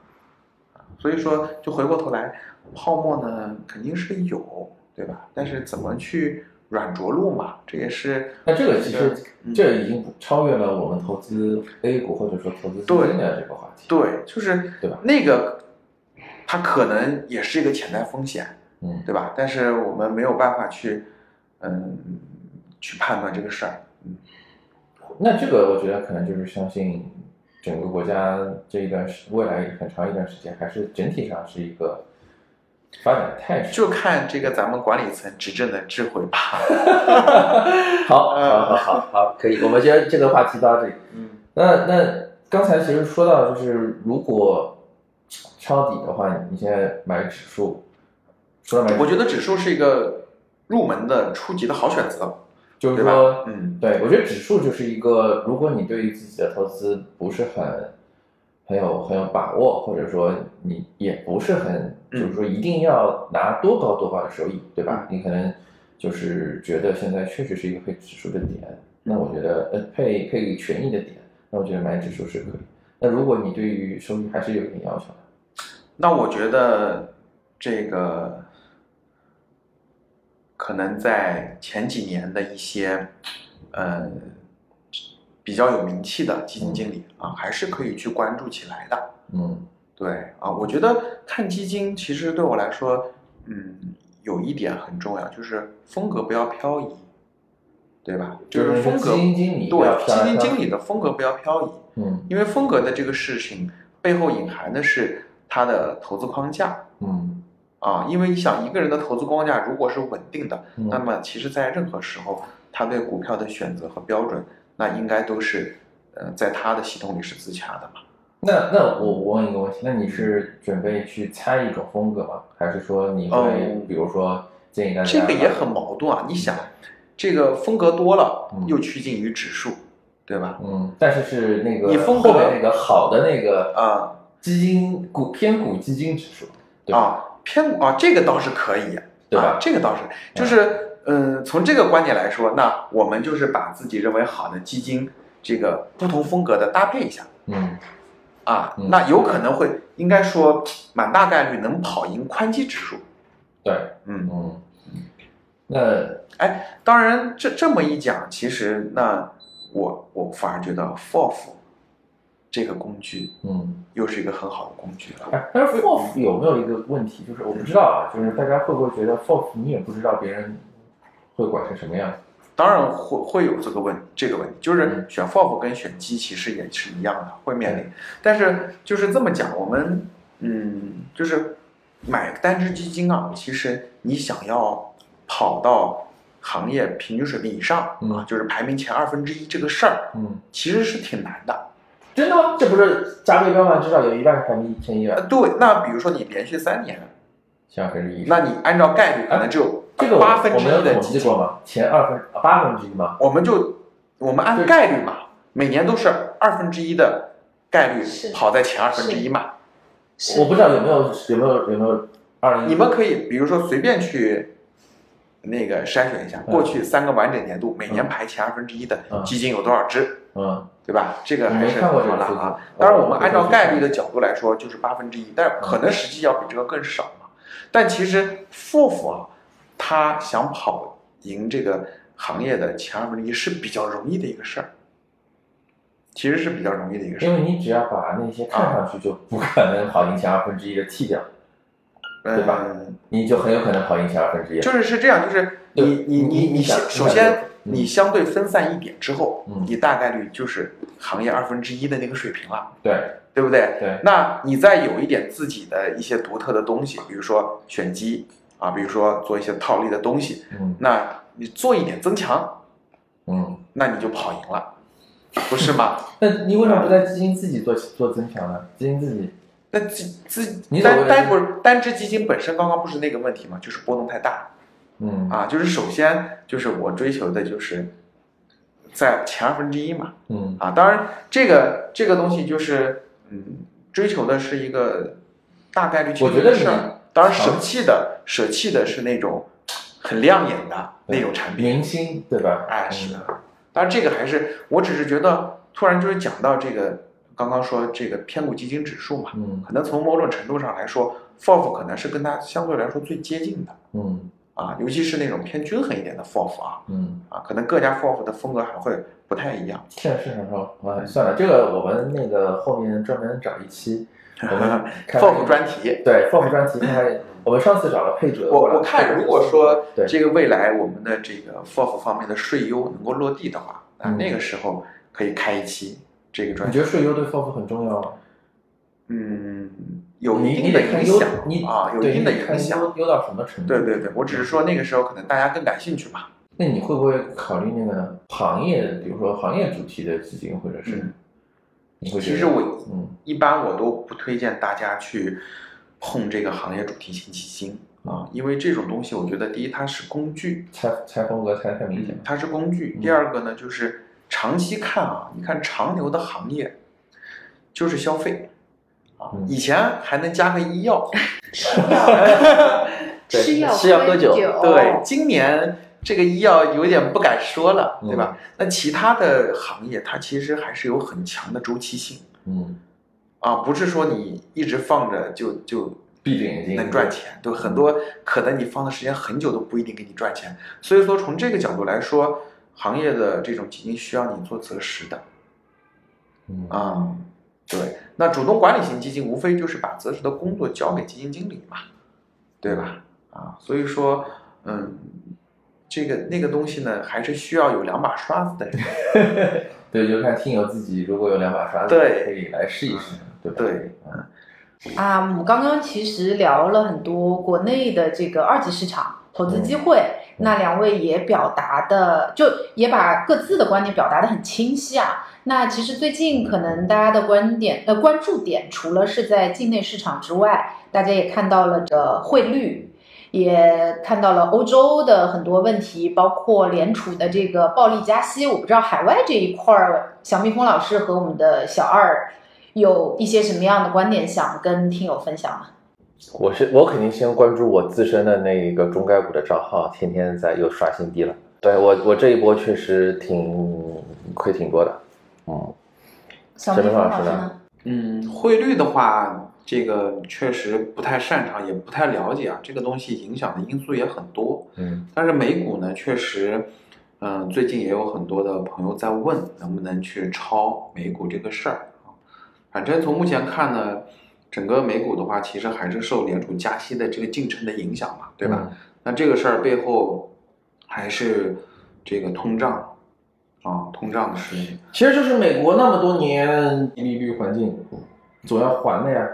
[SPEAKER 3] 所以说就回过头来，泡沫呢肯定是有，对吧？但是怎么去软着陆嘛，这也是
[SPEAKER 1] 那这个其实
[SPEAKER 3] 嗯
[SPEAKER 1] 这已经超越了我们投资 A 股或者说投资基金的这个话题。，
[SPEAKER 3] 对，就是
[SPEAKER 1] 对吧
[SPEAKER 3] 那个它可能也是一个潜在风险，
[SPEAKER 1] 嗯，
[SPEAKER 3] 对吧？但是我们没有办法去嗯去判断这个事儿，嗯，
[SPEAKER 1] 那这个我觉得可能就是相信整个国家这一段时未来很长一段时间还是整体上是一个发展的态势。
[SPEAKER 3] 就看这个咱们管理层执政的智慧吧，
[SPEAKER 1] 好，
[SPEAKER 3] 嗯
[SPEAKER 1] 好，好，好，好，可以，我们今天这个话题到这里。
[SPEAKER 3] 嗯
[SPEAKER 1] 那那刚才其实说到，就是如果抄底的话，你现在买指数，说到买指数，
[SPEAKER 3] 我觉得指数是一个入门的初级的好选择，
[SPEAKER 1] 就是
[SPEAKER 3] 对吧
[SPEAKER 1] 说，？
[SPEAKER 3] 嗯。
[SPEAKER 1] 对，我觉得指数就是一个，如果你对于自己的投资不是很很有很有把握，或者说你也不是很，
[SPEAKER 3] 嗯
[SPEAKER 1] 就是说一定要拿多高多高的收益，对吧？你可能就是觉得现在确实是一个配指数的点，
[SPEAKER 3] 嗯
[SPEAKER 1] 那我觉得呃配配权益的点，那我觉得买指数是可以。那如果你对于收益还是有一定要求的，
[SPEAKER 3] 那我觉得这个可能在前几年的一些，呃，比较有名气的基金经理啊，还是可以去关注起来的。
[SPEAKER 1] 嗯
[SPEAKER 3] 对啊，我觉得看基金其实对我来说，嗯，有一点很重要，就是风格不要漂移，对吧？就
[SPEAKER 1] 就是是
[SPEAKER 3] 风格，
[SPEAKER 1] 基金经理不要
[SPEAKER 3] 对
[SPEAKER 1] 漂
[SPEAKER 3] 基金
[SPEAKER 1] 移
[SPEAKER 3] 经理的风格不要漂移，
[SPEAKER 1] 嗯
[SPEAKER 3] 因为风格的这个事情背后隐含的是他的投资框架
[SPEAKER 1] 嗯
[SPEAKER 3] 啊。因为你想，一个人的投资框架如果是稳定的，
[SPEAKER 1] 嗯，
[SPEAKER 3] 那么其实，在任何时候，他对股票的选择和标准，那应该都是呃，在他的系统里是自洽的嘛。
[SPEAKER 1] 那那我我问一个问题，那你是准备去猜一种风格吗？还是说你会、
[SPEAKER 3] 哦
[SPEAKER 1] 比如说建议大家
[SPEAKER 3] 这个也很矛盾啊！你想，这个风格多了
[SPEAKER 1] 嗯，
[SPEAKER 3] 又趋近于指数，对吧？
[SPEAKER 1] 嗯，但是是那个
[SPEAKER 3] 你风格
[SPEAKER 1] 后面那个好的那个
[SPEAKER 3] 啊
[SPEAKER 1] 基金股偏股基金指数，对吧？
[SPEAKER 3] 啊，偏啊，这个倒是可以，
[SPEAKER 1] 对
[SPEAKER 3] 啊
[SPEAKER 1] 吧？
[SPEAKER 3] 这个倒是，就是嗯、呃从这个观点来说，那我们就是把自己认为好的基金，这个不同风格的搭配一下
[SPEAKER 1] 嗯
[SPEAKER 3] 啊
[SPEAKER 1] 嗯，
[SPEAKER 3] 那有可能会，应该说蛮大概率能跑赢宽基指数。
[SPEAKER 1] 对，
[SPEAKER 3] 嗯，
[SPEAKER 1] 嗯，那
[SPEAKER 3] 当然这这么一讲，其实那我我反而觉得 FOF 这个工具
[SPEAKER 1] 嗯，
[SPEAKER 3] 又是一个很好的工具了。
[SPEAKER 1] 哎，但是 FOF 有没有一个问题，就是我不知道啊，就是大家会不会觉得 FOF 你也不知道别人会管成什么样子？
[SPEAKER 3] 当然会会有这个问这个问题，就是
[SPEAKER 1] 嗯
[SPEAKER 3] 选 FOF 跟选基其实也是一样的，会面临。但是就是这么讲，我们嗯，就是买单只基金啊，其实你想要跑到行业平均水平以上、
[SPEAKER 1] 嗯
[SPEAKER 3] 啊，就是排名前二分之一这个事儿，
[SPEAKER 1] 嗯，
[SPEAKER 3] 其实是挺难的。
[SPEAKER 1] 真的吗？这不是加倍标吗？至少有一半是排名前一
[SPEAKER 3] 呃，
[SPEAKER 1] 百，
[SPEAKER 3] 对，那比如说你连续三年，
[SPEAKER 1] 像分之一。
[SPEAKER 3] 那你按照概率可能只有
[SPEAKER 1] 哎这个我
[SPEAKER 3] 八分
[SPEAKER 1] 我
[SPEAKER 3] 之
[SPEAKER 1] 没
[SPEAKER 3] 一
[SPEAKER 1] 有
[SPEAKER 3] 的
[SPEAKER 1] 统
[SPEAKER 3] 基
[SPEAKER 1] 计
[SPEAKER 3] 金，
[SPEAKER 1] 过吗？前二分啊八分之一吗？
[SPEAKER 3] 我们就我们按
[SPEAKER 1] 对
[SPEAKER 3] 概率嘛，每年都是二分之一的概率
[SPEAKER 2] 是
[SPEAKER 3] 跑在前二分之一
[SPEAKER 2] 是
[SPEAKER 3] 嘛。
[SPEAKER 2] 是
[SPEAKER 1] 我不知道有没有有没有有没有二零
[SPEAKER 3] 你们可以比如说随便去那个筛选一下，
[SPEAKER 1] 嗯
[SPEAKER 3] 过去三个完整年度每年
[SPEAKER 1] 嗯
[SPEAKER 3] 排前二分之一的
[SPEAKER 1] 嗯
[SPEAKER 3] 基金有多少只，
[SPEAKER 1] 嗯
[SPEAKER 3] 对吧？这个
[SPEAKER 1] 我
[SPEAKER 3] 还
[SPEAKER 1] 没
[SPEAKER 3] 是
[SPEAKER 1] 看过
[SPEAKER 3] 很
[SPEAKER 1] 这
[SPEAKER 3] 好
[SPEAKER 1] 个
[SPEAKER 3] 的
[SPEAKER 1] 数字
[SPEAKER 3] 啊。
[SPEAKER 1] 我
[SPEAKER 3] 当然，我
[SPEAKER 1] 我
[SPEAKER 3] 们按照
[SPEAKER 1] 回去
[SPEAKER 3] 概
[SPEAKER 1] 看嗯
[SPEAKER 3] 率的角度来说，就是八分之一，但可能实际要比这个更少嘛。但其实 FOF 啊，他想跑赢这个行业的前二分之一是比较容易的一个事儿，其实是比较容易的一个事
[SPEAKER 1] 因
[SPEAKER 3] 儿，
[SPEAKER 1] 为你只要把那些看上去就不可能跑赢前二分之一的剔掉，对吧
[SPEAKER 3] 嗯
[SPEAKER 1] 你就很有可能跑赢前二分之一。
[SPEAKER 3] 就是是这样，就是你
[SPEAKER 1] 对你
[SPEAKER 3] 你你
[SPEAKER 1] 你
[SPEAKER 3] 先
[SPEAKER 1] 想
[SPEAKER 3] 首
[SPEAKER 1] 你想
[SPEAKER 3] 先
[SPEAKER 1] 这个嗯
[SPEAKER 3] 你相对分散一点之后
[SPEAKER 1] 嗯，
[SPEAKER 3] 你大概率就是行业二分之一的那个水平了，
[SPEAKER 1] 对
[SPEAKER 3] 对不对？
[SPEAKER 1] 对，
[SPEAKER 3] 那你再有一点自己的一些独特的东西，比如说选基啊，比如说做一些套利的东西，
[SPEAKER 1] 嗯
[SPEAKER 3] 那你做一点增强，
[SPEAKER 1] 嗯。
[SPEAKER 3] 那你就跑赢了，不是吗？
[SPEAKER 1] 那你为什么不在基金自己做做增强呢？基金自己，
[SPEAKER 3] 那基资
[SPEAKER 1] 你所谓
[SPEAKER 3] 单
[SPEAKER 1] 的
[SPEAKER 3] 单不是单只基金本身刚刚不是那个问题吗？就是波动太大。
[SPEAKER 1] 嗯
[SPEAKER 3] 啊，就是首先就是我追求的就是在前二分之一嘛
[SPEAKER 1] 嗯
[SPEAKER 3] 啊，当然这个这个东西就是嗯，追求的是一个大概率去
[SPEAKER 1] 我觉
[SPEAKER 3] 的
[SPEAKER 1] 得
[SPEAKER 3] 事
[SPEAKER 1] 你
[SPEAKER 3] 儿，当然舍
[SPEAKER 1] 长
[SPEAKER 3] 弃的舍弃的是那种很亮眼的那种产品，
[SPEAKER 1] 明星对吧？
[SPEAKER 3] 哎，是
[SPEAKER 1] 嗯，
[SPEAKER 3] 的，当然这个还是我只是觉得突然就是讲到这个刚刚说这个偏股基金指数嘛，
[SPEAKER 1] 嗯
[SPEAKER 3] 可能从某种程度上来说，FOF 可能是跟它相对来说最接近的。
[SPEAKER 1] 嗯
[SPEAKER 3] 啊，尤其是那种偏均衡一点的 FOF 啊，
[SPEAKER 1] 嗯，
[SPEAKER 3] 啊，可能各家 FOF 的风格还会不太一样。
[SPEAKER 1] 现在市场上，啊，算了，这个我们那个后面专门找一期，我们看看
[SPEAKER 3] FOF 专题，
[SPEAKER 1] 对 FOF 专题，看看我们上次找了配置，
[SPEAKER 3] 嗯我我看如果说
[SPEAKER 1] 对
[SPEAKER 3] 这个未来我们的这个 FOF 方面的税优能够落地的话，啊，
[SPEAKER 1] 嗯
[SPEAKER 3] 那个时候可以开一期这个专
[SPEAKER 1] 你
[SPEAKER 3] 题
[SPEAKER 1] 觉，得税优对 FOF 很重要吗？
[SPEAKER 3] 嗯，有
[SPEAKER 1] 你
[SPEAKER 3] 一定
[SPEAKER 1] 你
[SPEAKER 3] 的
[SPEAKER 1] 得
[SPEAKER 3] 影
[SPEAKER 1] 看优
[SPEAKER 3] 响，
[SPEAKER 1] 你
[SPEAKER 3] 啊，有一
[SPEAKER 1] 对
[SPEAKER 3] 定
[SPEAKER 1] 你
[SPEAKER 3] 的
[SPEAKER 1] 得
[SPEAKER 3] 影
[SPEAKER 1] 看
[SPEAKER 3] 响。
[SPEAKER 1] 优优到什么程度？嗯
[SPEAKER 3] 对对对，我只是说那个时候可能大家更感兴趣吧。
[SPEAKER 1] 那你会不会考虑那个行业，比如说行业主题的基金，或者是、
[SPEAKER 3] 嗯
[SPEAKER 1] 你会觉
[SPEAKER 3] 其
[SPEAKER 1] 得
[SPEAKER 3] 实我
[SPEAKER 1] 嗯
[SPEAKER 3] 一般我都不推荐大家去碰这个行业主题型基金啊，因为这种东西，我觉得第一它是工具，
[SPEAKER 1] 猜猜风格猜得太明显
[SPEAKER 3] 嗯
[SPEAKER 1] 了，
[SPEAKER 3] 它是工具；
[SPEAKER 1] 嗯
[SPEAKER 3] 第二个呢，就是长期看啊，你看长牛的行业就是消费啊
[SPEAKER 1] 嗯，
[SPEAKER 3] 以前还能加个医药，
[SPEAKER 2] 吃药，
[SPEAKER 3] 对
[SPEAKER 2] 吃药
[SPEAKER 3] 吃药喝
[SPEAKER 2] 酒，
[SPEAKER 3] 对，今年这个医药有点不敢说了，
[SPEAKER 1] 嗯
[SPEAKER 3] 对吧？那其他的行业它其实还是有很强的周期性。
[SPEAKER 1] 嗯
[SPEAKER 3] 啊，不是说你一直放着就就
[SPEAKER 1] 闭着眼睛
[SPEAKER 3] 能赚钱，对很多可能你放的时间很久都不一定给你赚钱。所以说，从这个角度来说，行业的这种基金需要你做择时的
[SPEAKER 1] 嗯
[SPEAKER 3] 啊、对。那主动管理型基金无非就是把择时的工作交给基金经理嘛，对吧？啊，所以说，嗯，这个那个东西呢，还是需要有两把刷子的 人。
[SPEAKER 1] 对，就看听友自己如果有两把刷子，
[SPEAKER 3] 对嗯
[SPEAKER 1] 可以来试一试，对吧？
[SPEAKER 3] 对，
[SPEAKER 4] 啊，我们刚刚其实聊了很多国内的这个二级市场投资机会，那两位也表达的，就也把各自的观点表达的很清晰啊。那其实最近可能大家的观点呃关注点，除了是在境内市场之外，大家也看到了这个汇率，也看到了欧洲的很多问题，包括联储的这个暴力加息。我不知道海外这一块儿，小蜜蜂老师和我们的小二有一些什么样的观点想跟听友分享吗？
[SPEAKER 5] 我是我肯定先关注我自身的那个中概股的账号，天天在又刷新低了。对我我这一波确实挺亏挺多的，嗯，
[SPEAKER 4] 小蜜蜂
[SPEAKER 5] 小蜜蜂老
[SPEAKER 4] 老师
[SPEAKER 5] 师呢
[SPEAKER 4] 呢？
[SPEAKER 3] 嗯，汇率的话，这个确实不太擅长，也不太了解啊。这个东西影响的因素也很多。
[SPEAKER 5] 嗯，
[SPEAKER 3] 但是美股呢，确实，嗯、最近也有很多的朋友在问能不能去抄美股这个事儿啊。反正从目前看呢，整个美股的话，其实还是受联储加息的这个进程的影响嘛，对吧？
[SPEAKER 1] 嗯
[SPEAKER 3] 那这个事儿背后还是这个通胀啊，通胀的事情。
[SPEAKER 1] 其实就是美国那么多年低利率环境，总要还的呀。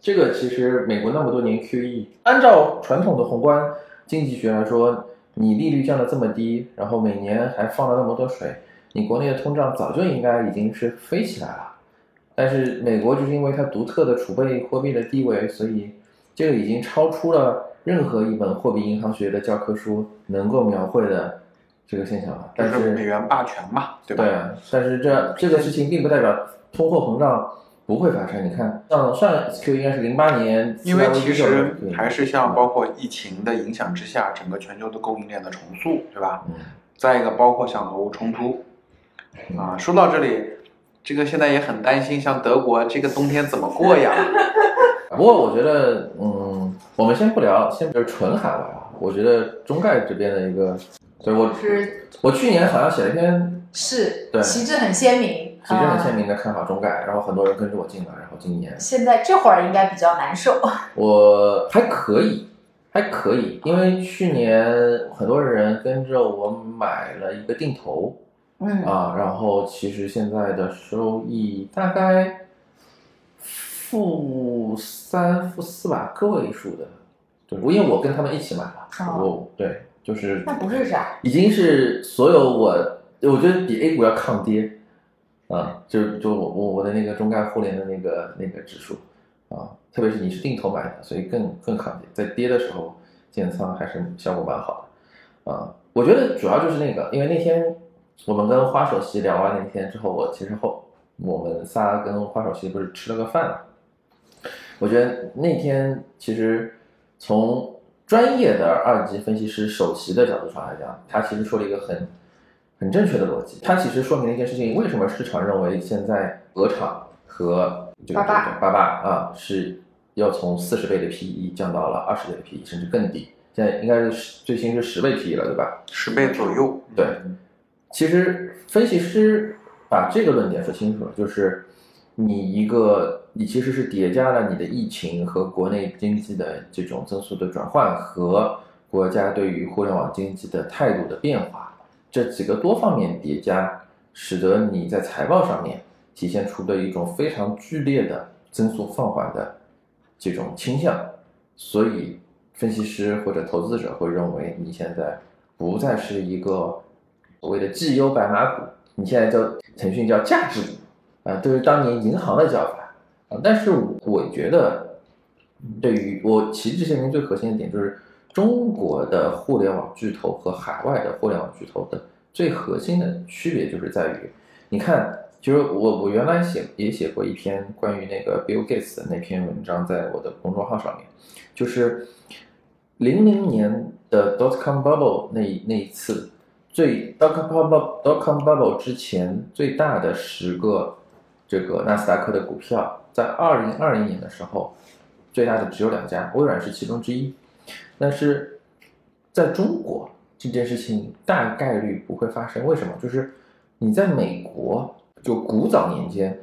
[SPEAKER 1] 这个其实美国那么多年 QE，按照传统的宏观经济学来说，你利率降得这么低，然后每年还放了那么多水，你国内的通胀早就应该已经是飞起来了。但是美国就是因为它独特的储备货币的地位，所以这个已经超出了任何一本货币银行学的教科书能够描绘的这个现象了。
[SPEAKER 3] 就
[SPEAKER 1] 但
[SPEAKER 3] 是
[SPEAKER 1] 是
[SPEAKER 3] 美元霸权嘛，对吧？
[SPEAKER 1] 对啊，但是这这个事情并不代表通货膨胀不会发生。你看，上上 Q 应该是零八年，
[SPEAKER 3] 因为其
[SPEAKER 1] 四大危机的
[SPEAKER 3] 实
[SPEAKER 1] 时候
[SPEAKER 3] 还是
[SPEAKER 1] 嗯
[SPEAKER 3] 像包括疫情的影响之下，整个全球的供应链的重塑，对吧？
[SPEAKER 1] 嗯
[SPEAKER 3] 再一个包括像俄乌冲突，啊，说到这里，这个现在也很担心，像德国这个冬天怎么过呀？
[SPEAKER 1] 不过我觉得，嗯，我们先不聊，先就是纯海外啊。我觉得中概这边的一个，对我
[SPEAKER 4] 是
[SPEAKER 1] 我去年好像写了一篇
[SPEAKER 4] 是
[SPEAKER 1] 对
[SPEAKER 4] 旗帜很鲜明，
[SPEAKER 1] 其实很鲜
[SPEAKER 4] 啊。
[SPEAKER 1] 明的看好中概，然后很多人跟着我进来，然后今年
[SPEAKER 4] 现在这会儿应该比较难受，
[SPEAKER 1] 我还可以，还可以，因为去年很多人跟着我买了一个定投，
[SPEAKER 4] 嗯，
[SPEAKER 1] 啊，然后其实现在的收益大概负三、负四吧，个位数的。对，因为我跟他们一起买了，
[SPEAKER 4] 哦
[SPEAKER 1] 我对，就是
[SPEAKER 4] 那不是啥，
[SPEAKER 1] 已经是所有我，我觉得比 A 股要抗跌，啊，就是就我我我的那个中概互联的那个那个指数啊，特别是你是定投买的，所以更更抗跌，在跌的时候建仓还是效果蛮好的啊。我觉得主要就是那个，因为那天我们跟花首席聊完那天之后，我其实后我们仨跟花首席不是吃了个饭嘛，我觉得那天其实从专业的二级分析师首席的角度上来讲，他其实说了一个很很正确的逻辑。他其实说明了一件事情：为什么市场认为现在鹅厂和这个
[SPEAKER 4] 爸爸
[SPEAKER 1] 这个爸爸啊是要从四十倍的 PE 降到了二十倍的 PE，甚至更低？现在应该是十最新是十倍 PE 了，对吧？
[SPEAKER 3] 十倍左右，
[SPEAKER 1] 对，其实分析师把这个论点说清楚了，就是你一个你其实是叠加了你的疫情和国内经济的这种增速的转换和国家对于互联网经济的态度的变化，这几个多方面叠加，使得你在财报上面体现出的一种非常剧烈的增速放缓的这种倾向。所以分析师或者投资者会认为你现在不再是一个所谓的绩优白马股，你现在叫腾讯叫价值股啊，这是当年银行的叫法啊。但是我觉得，对于我旗帜鲜明最核心的点就是，中国的互联网巨头和海外的互联网巨头的最核心的区别就是在于，你看。其实我我原来写也写过一篇关于那个 Bill Gates 的那篇文章，在我的公众号上面，就是零零年的 dot com bubble 那一那一次，最 dot com bubble dot com bubble 之前最大的十个这个纳斯达克的股票，在二零二零年的时候，最大的只有两家，微软是其中之一。但是在中国这件事情大概率不会发生，为什么？就是你在美国，就古早年间，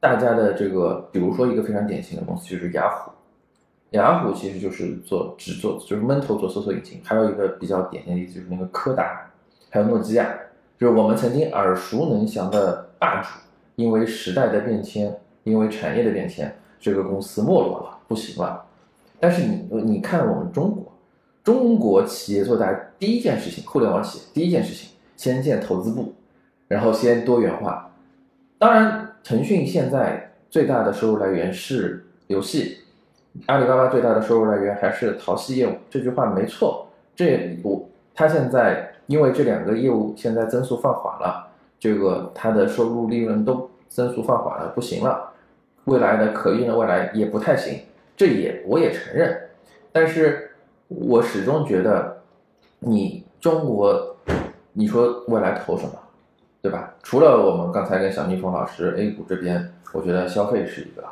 [SPEAKER 1] 大家的这个，比如说一个非常典型的公司就是雅虎，雅虎其实就是做只做就是闷头做搜索引擎，还有一个比较典型的例子就是那个柯达，还有诺基亚，就是我们曾经耳熟能详的霸主，因为时代的变迁，因为产业的变迁，这个公司没落了，不行了。但是你你看我们中国，中国企业做大第一件事情，互联网企业第一件事情，先建投资部，然后先多元化。当然，腾讯现在最大的收入来源是游戏，阿里巴巴最大的收入来源还是淘系业务。这句话没错，这我它现在因为这两个业务现在增速放缓了，这个它的收入利润都增速放缓了，不行了，未来的可预见的未来也不太行。这也我也承认，但是我始终觉得，你中国，你说未来投什么，对吧？除了我们刚才跟小蜜蜂老师 A 股这边，我觉得消费是一个，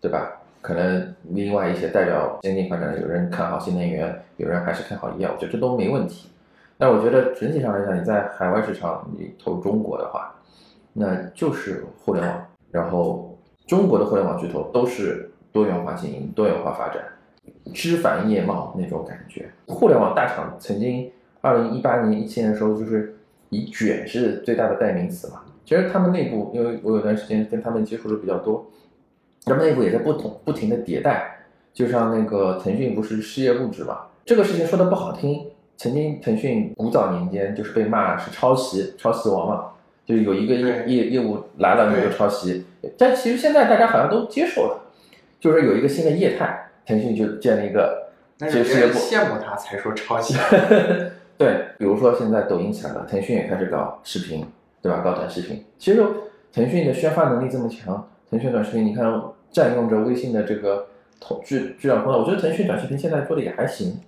[SPEAKER 1] 对吧？可能另外一些代表经济发展的，有人看好新能源，有人还是看好医药，我觉得这都没问题。但我觉得整体上来讲，你在海外市场你投中国的话，那就是互联网，然后中国的互联网巨头都是多元化经营、多元化发展、枝繁叶茂那种感觉。互联网大厂曾经二零一八年、一七年的时候，就是以卷是最大的代名词嘛。其实他们内部，因为我有段时间跟他们接触的比较多，他们内部也在不同不停的迭代。就像那个腾讯不是事业部制嘛，这个事情说的不好听，曾经腾讯古早年间就是被骂是抄袭、抄袭王嘛，就是有一个业
[SPEAKER 3] 对
[SPEAKER 1] 业业务来了你就抄袭。但其实现在大家好像都接受了，就是有一个新的业态，腾讯就建了一个
[SPEAKER 3] 那
[SPEAKER 1] 就是事
[SPEAKER 3] 别
[SPEAKER 1] 业
[SPEAKER 3] 人
[SPEAKER 1] 部。
[SPEAKER 3] 羡慕他才说抄 袭。
[SPEAKER 1] 对，比如说现在抖音起来了，腾讯也开始搞视频，对吧？搞短视频。其实腾讯的宣发能力这么强，腾讯短视频你看占用着微信的这个统巨巨量通道，我觉得腾讯短视频现在做的也还行，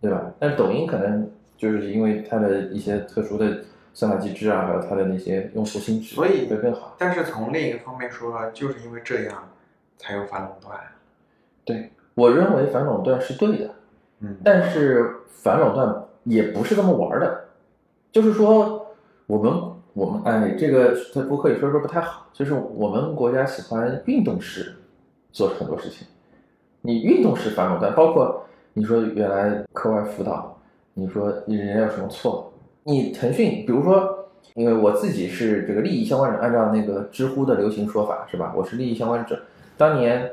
[SPEAKER 1] 对吧？但抖音可能就是因为它的一些特殊的算法机制啊，还有它的那些用户心智，
[SPEAKER 3] 所以
[SPEAKER 1] 会更好。
[SPEAKER 3] 但是从另一个方面说，就是因为这样，才有反垄断。
[SPEAKER 1] 我认为反垄断是对的，
[SPEAKER 3] 嗯，
[SPEAKER 1] 但是反垄断也不是这么玩儿的，就是说我们我们哎，这个在播客里说说不太好，就是我们国家喜欢运动式做很多事情，你运动式反垄断，包括你说原来课外辅导，你说人家有什么错？你腾讯，比如说。因为我自己是这个利益相关者，按照那个知乎的流行说法是吧？我是利益相关者，当年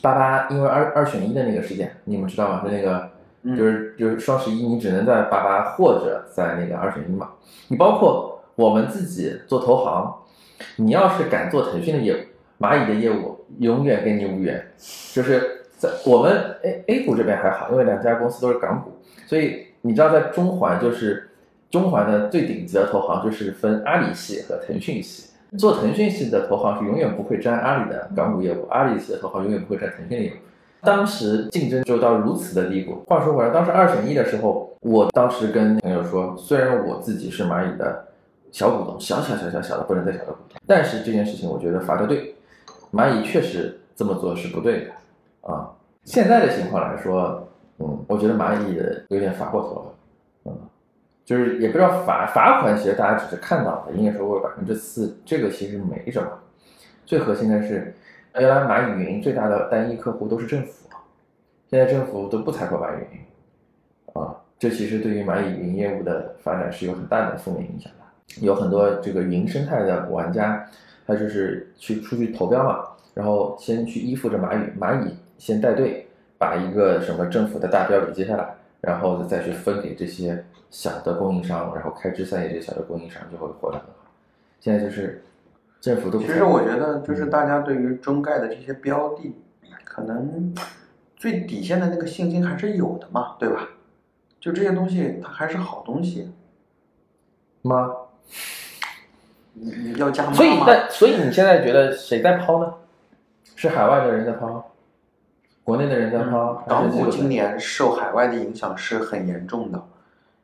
[SPEAKER 1] 八八因为二二选一的那个事件，你们知道吗？就那个
[SPEAKER 3] 嗯
[SPEAKER 1] 就是就是双十一，你只能在八八或者在那个二选一嘛。你包括我们自己做投行，你要是敢做腾讯的业务，蚂蚁的业务永远跟你无缘。就是在我们 A A 股这边还好，因为两家公司都是港股，所以你知道在中环就是中环的最顶级的投行就是分阿里系和腾讯系。做腾讯系的投行是永远不会沾阿里的港股业务，阿里系的投行永远不会沾腾讯的业务。当时竞争就到如此的低谷。话说回来，当时二选一的时候，我当时跟朋友说，虽然我自己是蚂蚁的小股东，小小小小小的不能再小的股东，但是这件事情我觉得罚得对，蚂蚁确实这么做是不对的啊。现在的情况来说，嗯，我觉得蚂蚁的有点罚过头了，嗯，就是也不知道罚罚款，其实大家只是看到了，营业收入百分之四，这个其实没什么。最核心的是，原来蚂蚁云最大的单一客户都是政府，啊现在政府都不采购蚂蚁云，啊，这其实对于蚂蚁云业务的发展是有很大的负面影响的。有很多这个云生态的玩家，他就是去出去投标嘛，然后先去依附着蚂蚁，蚂蚁先带队，把一个什么政府的大标给接下来，然后再去分给这些小的供应商，然后开枝散叶，这些小的供应商就会活得很好。现在就是政府都不
[SPEAKER 3] 其
[SPEAKER 1] 采
[SPEAKER 3] 实
[SPEAKER 1] 购
[SPEAKER 3] 我觉得，就是大家对于中概的这些标的，可能最底线的那个信心还是有的嘛，对吧？就这些东西，它还是好东西。
[SPEAKER 1] 吗？
[SPEAKER 3] 你你要加码
[SPEAKER 1] 所以
[SPEAKER 3] 吗？
[SPEAKER 1] 那所以你现在觉得谁在抛呢？是海外的人在抛，国内的人在抛，还是
[SPEAKER 3] 嗯港
[SPEAKER 1] 这
[SPEAKER 3] 股
[SPEAKER 1] 个
[SPEAKER 3] 今年受海外的影响是很严重的，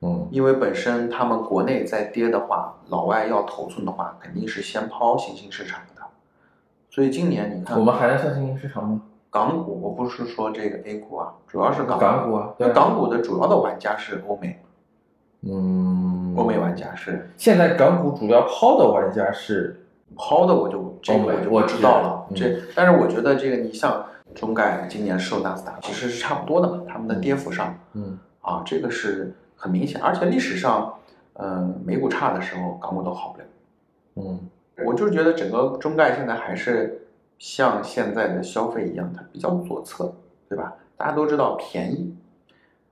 [SPEAKER 1] 嗯
[SPEAKER 3] 因为本身他们国内在跌的话，老外要头寸的话，肯定是先抛新兴市场的。所以今年你看，
[SPEAKER 1] 我们还能算新兴市场吗？
[SPEAKER 3] 港股，我不是说这个 A 股啊，主要是港
[SPEAKER 1] 港股啊，对
[SPEAKER 3] 那
[SPEAKER 1] 啊
[SPEAKER 3] 港股的主要的玩家是欧美，
[SPEAKER 1] 嗯，
[SPEAKER 3] 欧美玩家是
[SPEAKER 1] 现在港股主要抛的玩家是，
[SPEAKER 3] 抛的，我就这个
[SPEAKER 1] 欧美
[SPEAKER 3] 我就
[SPEAKER 1] 我
[SPEAKER 3] 不知
[SPEAKER 1] 知
[SPEAKER 3] 道了
[SPEAKER 1] 道。嗯
[SPEAKER 3] 这，但是我觉得这个你像中概今年受纳斯达其实是差不多的嘛，他们的跌幅上
[SPEAKER 1] 嗯
[SPEAKER 3] 啊，这个是很明显，而且历史上，嗯，美股差的时候，港股都好不了。
[SPEAKER 1] 嗯
[SPEAKER 3] 我就觉得整个中概现在还是像现在的消费一样，它比较左侧，对吧？大家都知道便宜，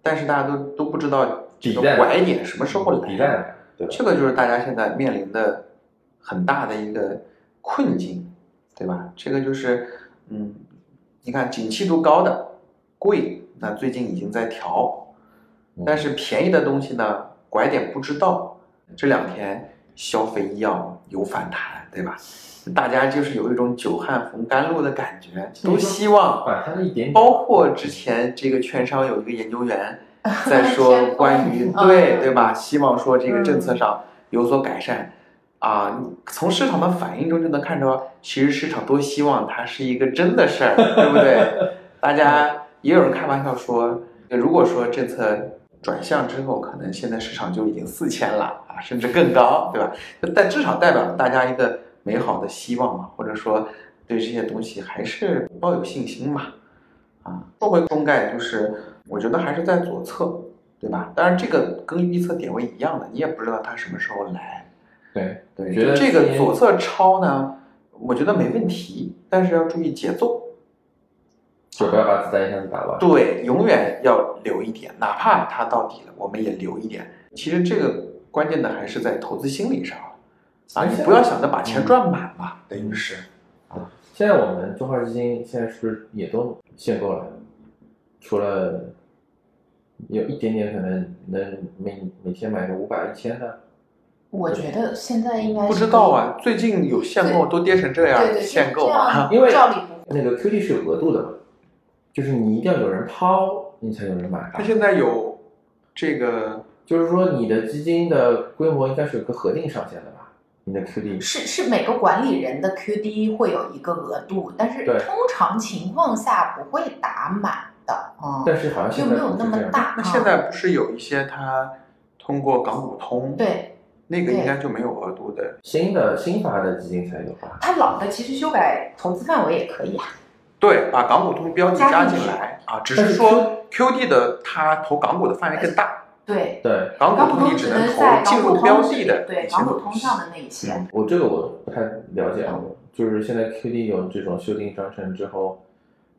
[SPEAKER 3] 但是大家都都不知道这
[SPEAKER 1] 底
[SPEAKER 3] 个
[SPEAKER 1] 在哪
[SPEAKER 3] 拐点什么时候来。
[SPEAKER 1] 底在哪儿？对吧？
[SPEAKER 3] 这个就是大家现在面临的很大的一个困境，对吧？这个就是，嗯，你看景气度高的贵，那最近已经在调，
[SPEAKER 1] 嗯
[SPEAKER 3] 但是便宜的东西呢，拐点不知道。这两天消费医药有反弹，对吧？大家就是有一种久旱逢甘露的感觉，都希望
[SPEAKER 1] 反弹了一点点
[SPEAKER 3] 包括之前这个券商有一个研 究员在说
[SPEAKER 4] 天
[SPEAKER 3] 关于
[SPEAKER 4] 风
[SPEAKER 3] 对
[SPEAKER 4] 嗯
[SPEAKER 3] 对吧，希望说这个政策
[SPEAKER 4] 嗯
[SPEAKER 3] 上有所改善。啊，你从市场的反应中就能看出，其实市场都希望它是一个真的事儿，对不对？ 大
[SPEAKER 4] 嗯
[SPEAKER 3] 家也有人开玩笑说，如果说政策转向之后，可能现在市场就已经四千了啊，甚至更高，对吧？但至少代表大家一个美好的希望嘛，或者说对这些东西还是抱有信心嘛。啊，说回中概，就是我觉得还是在左侧，对吧？当然这个跟预测点位一样的，你也不知道它什么时候来。
[SPEAKER 1] 对，
[SPEAKER 3] 对，
[SPEAKER 1] 觉得
[SPEAKER 3] 这
[SPEAKER 1] 今
[SPEAKER 3] 个
[SPEAKER 1] 年
[SPEAKER 3] 左侧超呢，我觉得没问题，但是要注意节奏。
[SPEAKER 1] 就不要把子弹一下子打完。
[SPEAKER 3] 对，永远要留一点，哪怕它到底了，我们也留一点。其实这个关键的还是在投资心理上啊，你不要想着把
[SPEAKER 4] 嗯
[SPEAKER 3] 钱赚满了，等于是
[SPEAKER 1] 现在我们中华基金现在是不是也都限购了？除了有一点点可能能每每天买个五百一千的，
[SPEAKER 4] 我觉得现在应该是
[SPEAKER 3] 不知道啊。最近有限购都跌成这样
[SPEAKER 4] 对，对对，
[SPEAKER 3] 限购
[SPEAKER 4] 这
[SPEAKER 3] 啊
[SPEAKER 4] 样，
[SPEAKER 1] 因为
[SPEAKER 4] 照理不
[SPEAKER 1] 那个 QD 是有额度的嘛，就是你一定要有人抛，你才有人买
[SPEAKER 3] 它。现在有这个
[SPEAKER 1] 就是说你的基金的规模应该是有个核定上限的吧？你的 QD
[SPEAKER 4] 是是每个管理人的 QD 会有一个额度，但是
[SPEAKER 1] 对
[SPEAKER 4] 通常情况下不会打满的啊。
[SPEAKER 1] 但是好像
[SPEAKER 4] 又
[SPEAKER 1] 现
[SPEAKER 4] 没
[SPEAKER 1] 在
[SPEAKER 4] 有
[SPEAKER 1] 不
[SPEAKER 4] 那
[SPEAKER 1] 是这
[SPEAKER 4] 么
[SPEAKER 1] 样。
[SPEAKER 4] 大啊？
[SPEAKER 3] 那现在不是有一些它通过港股通，，
[SPEAKER 4] 对
[SPEAKER 3] 那个应该就没有额度的。
[SPEAKER 1] 新的新发的基金才有吧？
[SPEAKER 4] 它老的其实修改投资范围也可以啊。
[SPEAKER 3] 对，把港股通标记
[SPEAKER 4] 加
[SPEAKER 3] 加
[SPEAKER 4] 进
[SPEAKER 3] 进
[SPEAKER 4] 去
[SPEAKER 3] 来啊，只
[SPEAKER 1] 但
[SPEAKER 3] 是
[SPEAKER 1] 是
[SPEAKER 3] 说 QD 的它投港股的范围更大，
[SPEAKER 4] 对，
[SPEAKER 1] 对，
[SPEAKER 3] 港
[SPEAKER 4] 呃港
[SPEAKER 3] 股
[SPEAKER 4] 股
[SPEAKER 3] 通
[SPEAKER 4] 通
[SPEAKER 3] 你只
[SPEAKER 4] 只
[SPEAKER 3] 能
[SPEAKER 4] 能
[SPEAKER 3] 投
[SPEAKER 4] 在
[SPEAKER 3] 进
[SPEAKER 4] 港股
[SPEAKER 3] 入标
[SPEAKER 4] 通
[SPEAKER 3] 的的
[SPEAKER 4] 对
[SPEAKER 3] 一些
[SPEAKER 4] 港股
[SPEAKER 3] 东
[SPEAKER 4] 通
[SPEAKER 3] 西。
[SPEAKER 4] 上的那一些，
[SPEAKER 1] 我这个我不太了解啊，就是现在 QD 有这种修订章程之后，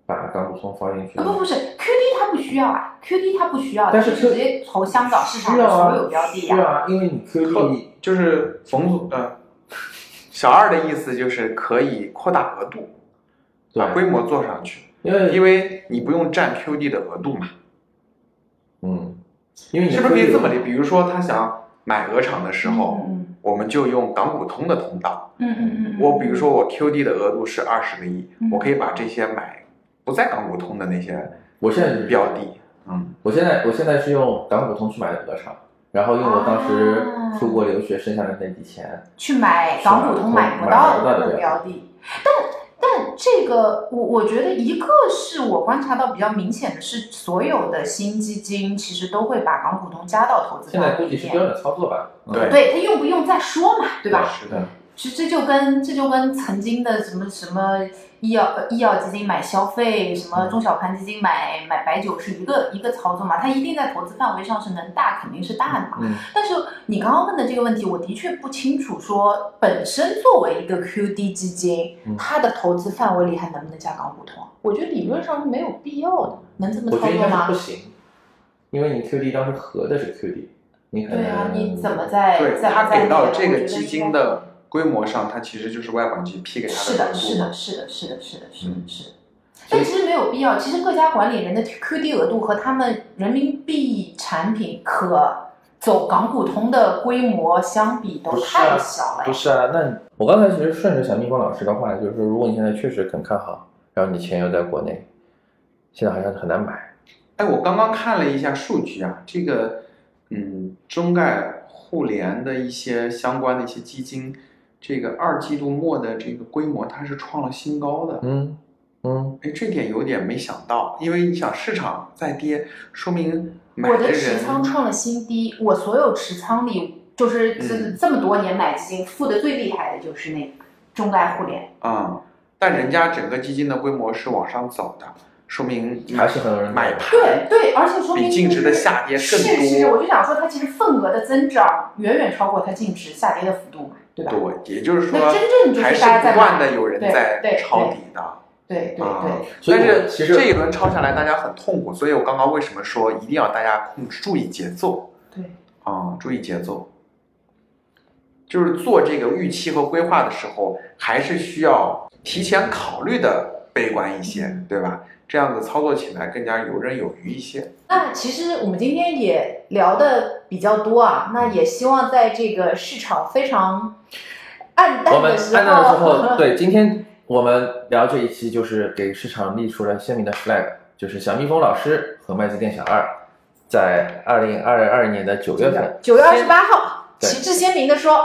[SPEAKER 1] 把港股通放进去
[SPEAKER 4] 啊，不不是 QD 它不需要啊，QD 它不需要，
[SPEAKER 1] 但是
[SPEAKER 4] 它直接投香港市场
[SPEAKER 1] 需
[SPEAKER 4] 的
[SPEAKER 1] 要啊
[SPEAKER 4] 所有标的
[SPEAKER 1] 需要啊，因为你 QD
[SPEAKER 3] 就是冯总，呃，小二的意思就是可以扩大额度，把啊规
[SPEAKER 1] 对，
[SPEAKER 3] 模做上去，
[SPEAKER 1] 因为
[SPEAKER 3] 因为你不用占 QD 的额度嘛，
[SPEAKER 1] 嗯，因为你
[SPEAKER 3] 是不是可以
[SPEAKER 1] QD
[SPEAKER 3] 这么理？比如说他想买鹅厂的时候，
[SPEAKER 4] 嗯
[SPEAKER 3] 我们就用港股通的通道，
[SPEAKER 4] 嗯嗯嗯嗯，
[SPEAKER 3] 我比如说我 QD 的额度是二十个亿
[SPEAKER 4] 嗯，
[SPEAKER 3] 我可以把这些买不在港股通的那些
[SPEAKER 1] 我现在就是
[SPEAKER 3] 标的，嗯，
[SPEAKER 1] 我现在我现在是用港股通去买的鹅厂，然后用我当时
[SPEAKER 4] 啊
[SPEAKER 1] 出国留学剩下的那笔钱，
[SPEAKER 4] 去买港股通买不到的标的。但但这个，我我觉得一个是我观察到比较明显的是，所有的新基金其实都会把港股通加到投资
[SPEAKER 1] 现在
[SPEAKER 4] 范围
[SPEAKER 1] 估
[SPEAKER 4] 里
[SPEAKER 1] 计是标
[SPEAKER 4] 面。
[SPEAKER 1] 准操作吧？嗯
[SPEAKER 3] 对
[SPEAKER 4] 对它用不用再说嘛，对吧？
[SPEAKER 3] 是的，
[SPEAKER 4] 这这就跟这就跟曾经的什么什么医药呃医药基金买消费，什
[SPEAKER 1] 嗯
[SPEAKER 4] 么中小盘基金买买白酒是一个一个操作嘛，它一定在投资范围上是能大肯定是大的嘛。
[SPEAKER 1] 嗯
[SPEAKER 4] 但是你刚刚问的这个问题，我的确不清楚，说本身作为一个 QD 基金，
[SPEAKER 1] 嗯
[SPEAKER 4] 它的投资范围里还能不能加港股通？啊我觉得理论上是没有必要的，能这么
[SPEAKER 1] 我
[SPEAKER 4] 操
[SPEAKER 1] 觉得应
[SPEAKER 4] 作
[SPEAKER 1] 该是不
[SPEAKER 4] 吗？
[SPEAKER 1] 行，因因为你 QD 当时合的是 QD，你嗯可能
[SPEAKER 4] 对啊，你怎么在
[SPEAKER 3] 对
[SPEAKER 4] 在
[SPEAKER 3] 他
[SPEAKER 4] 在
[SPEAKER 3] 给到
[SPEAKER 4] 在
[SPEAKER 3] 这
[SPEAKER 4] 我觉
[SPEAKER 3] 个
[SPEAKER 4] 得
[SPEAKER 3] 基
[SPEAKER 4] 应该
[SPEAKER 3] 金的规模上，它其实就是外管局批给它
[SPEAKER 4] 是
[SPEAKER 3] 的额
[SPEAKER 4] 的，
[SPEAKER 3] 度
[SPEAKER 4] 是
[SPEAKER 3] 嘛
[SPEAKER 4] 的，是的，是的，是的，是的，
[SPEAKER 3] 嗯
[SPEAKER 4] 是的。但其实没有必要。其实各家管理人的 QD 额度和他们人民币产品可走港股通的规模相比，都
[SPEAKER 1] 不是啊
[SPEAKER 4] 太小了
[SPEAKER 1] 不
[SPEAKER 4] 呀。
[SPEAKER 1] 是啊，那我刚才其实顺着小蜜蜂老师的话，就是说，如果你现在确实很看好，然后你钱又在国内，现在好像很难买。
[SPEAKER 3] 哎，我刚刚看了一下数据啊，这个嗯，中概互联的一些相关的一些基金，这个二季度末的这个规模，它是创了新高的。
[SPEAKER 1] 嗯
[SPEAKER 5] 嗯，
[SPEAKER 3] 哎，这点有点没想到，因为你想市场在跌，说明买
[SPEAKER 2] 我的持
[SPEAKER 3] 人
[SPEAKER 2] 仓创了新低，我所有持仓里就是这
[SPEAKER 3] 嗯
[SPEAKER 2] 这么多年买基金负的最厉害的就是那个中概互联，
[SPEAKER 3] 啊、但人家整个基金的规模是往上走的，说明
[SPEAKER 1] 还是很多人
[SPEAKER 3] 买盘
[SPEAKER 2] 对对，而且说明
[SPEAKER 3] 比净值的下跌
[SPEAKER 2] 是
[SPEAKER 3] 更
[SPEAKER 2] 是是，我
[SPEAKER 3] 多。
[SPEAKER 2] 就想说它其实份额的增长远远超过它净值下跌的幅度嘛，对吧？
[SPEAKER 3] 对，也就是说
[SPEAKER 2] 那真正就是
[SPEAKER 3] 还是
[SPEAKER 2] 大家在
[SPEAKER 3] 不断
[SPEAKER 2] 买
[SPEAKER 3] 的有人
[SPEAKER 2] 对
[SPEAKER 3] 在
[SPEAKER 2] 对
[SPEAKER 3] 抄
[SPEAKER 2] 对
[SPEAKER 3] 底的。
[SPEAKER 2] 对对
[SPEAKER 3] 啊
[SPEAKER 2] 对，
[SPEAKER 1] 所以
[SPEAKER 3] 但
[SPEAKER 1] 我
[SPEAKER 3] 是
[SPEAKER 1] 其实
[SPEAKER 3] 这一轮抄下来，大家很痛苦，所以我刚刚为什么说一定要大家控制注意节奏？
[SPEAKER 2] 对，
[SPEAKER 3] 啊、注意节奏，就是做这个预期和规划的时候，还是需要提前考虑的悲观一些，对吧？这样子操作起来更加游刃有余一些。
[SPEAKER 4] 那其实我们今天也聊的比较多啊，那也希望在这个市场非常暗
[SPEAKER 1] 我
[SPEAKER 4] 淡
[SPEAKER 1] 们
[SPEAKER 4] 的时候，
[SPEAKER 1] 按照之后，对，今天我们聊这一期就是给市场立出了鲜明的 flag，就是小蜜蜂老师和麦子店小二在二零二二年的九月份，
[SPEAKER 4] 九月二十八号，
[SPEAKER 1] 对
[SPEAKER 4] 旗帜鲜明的说，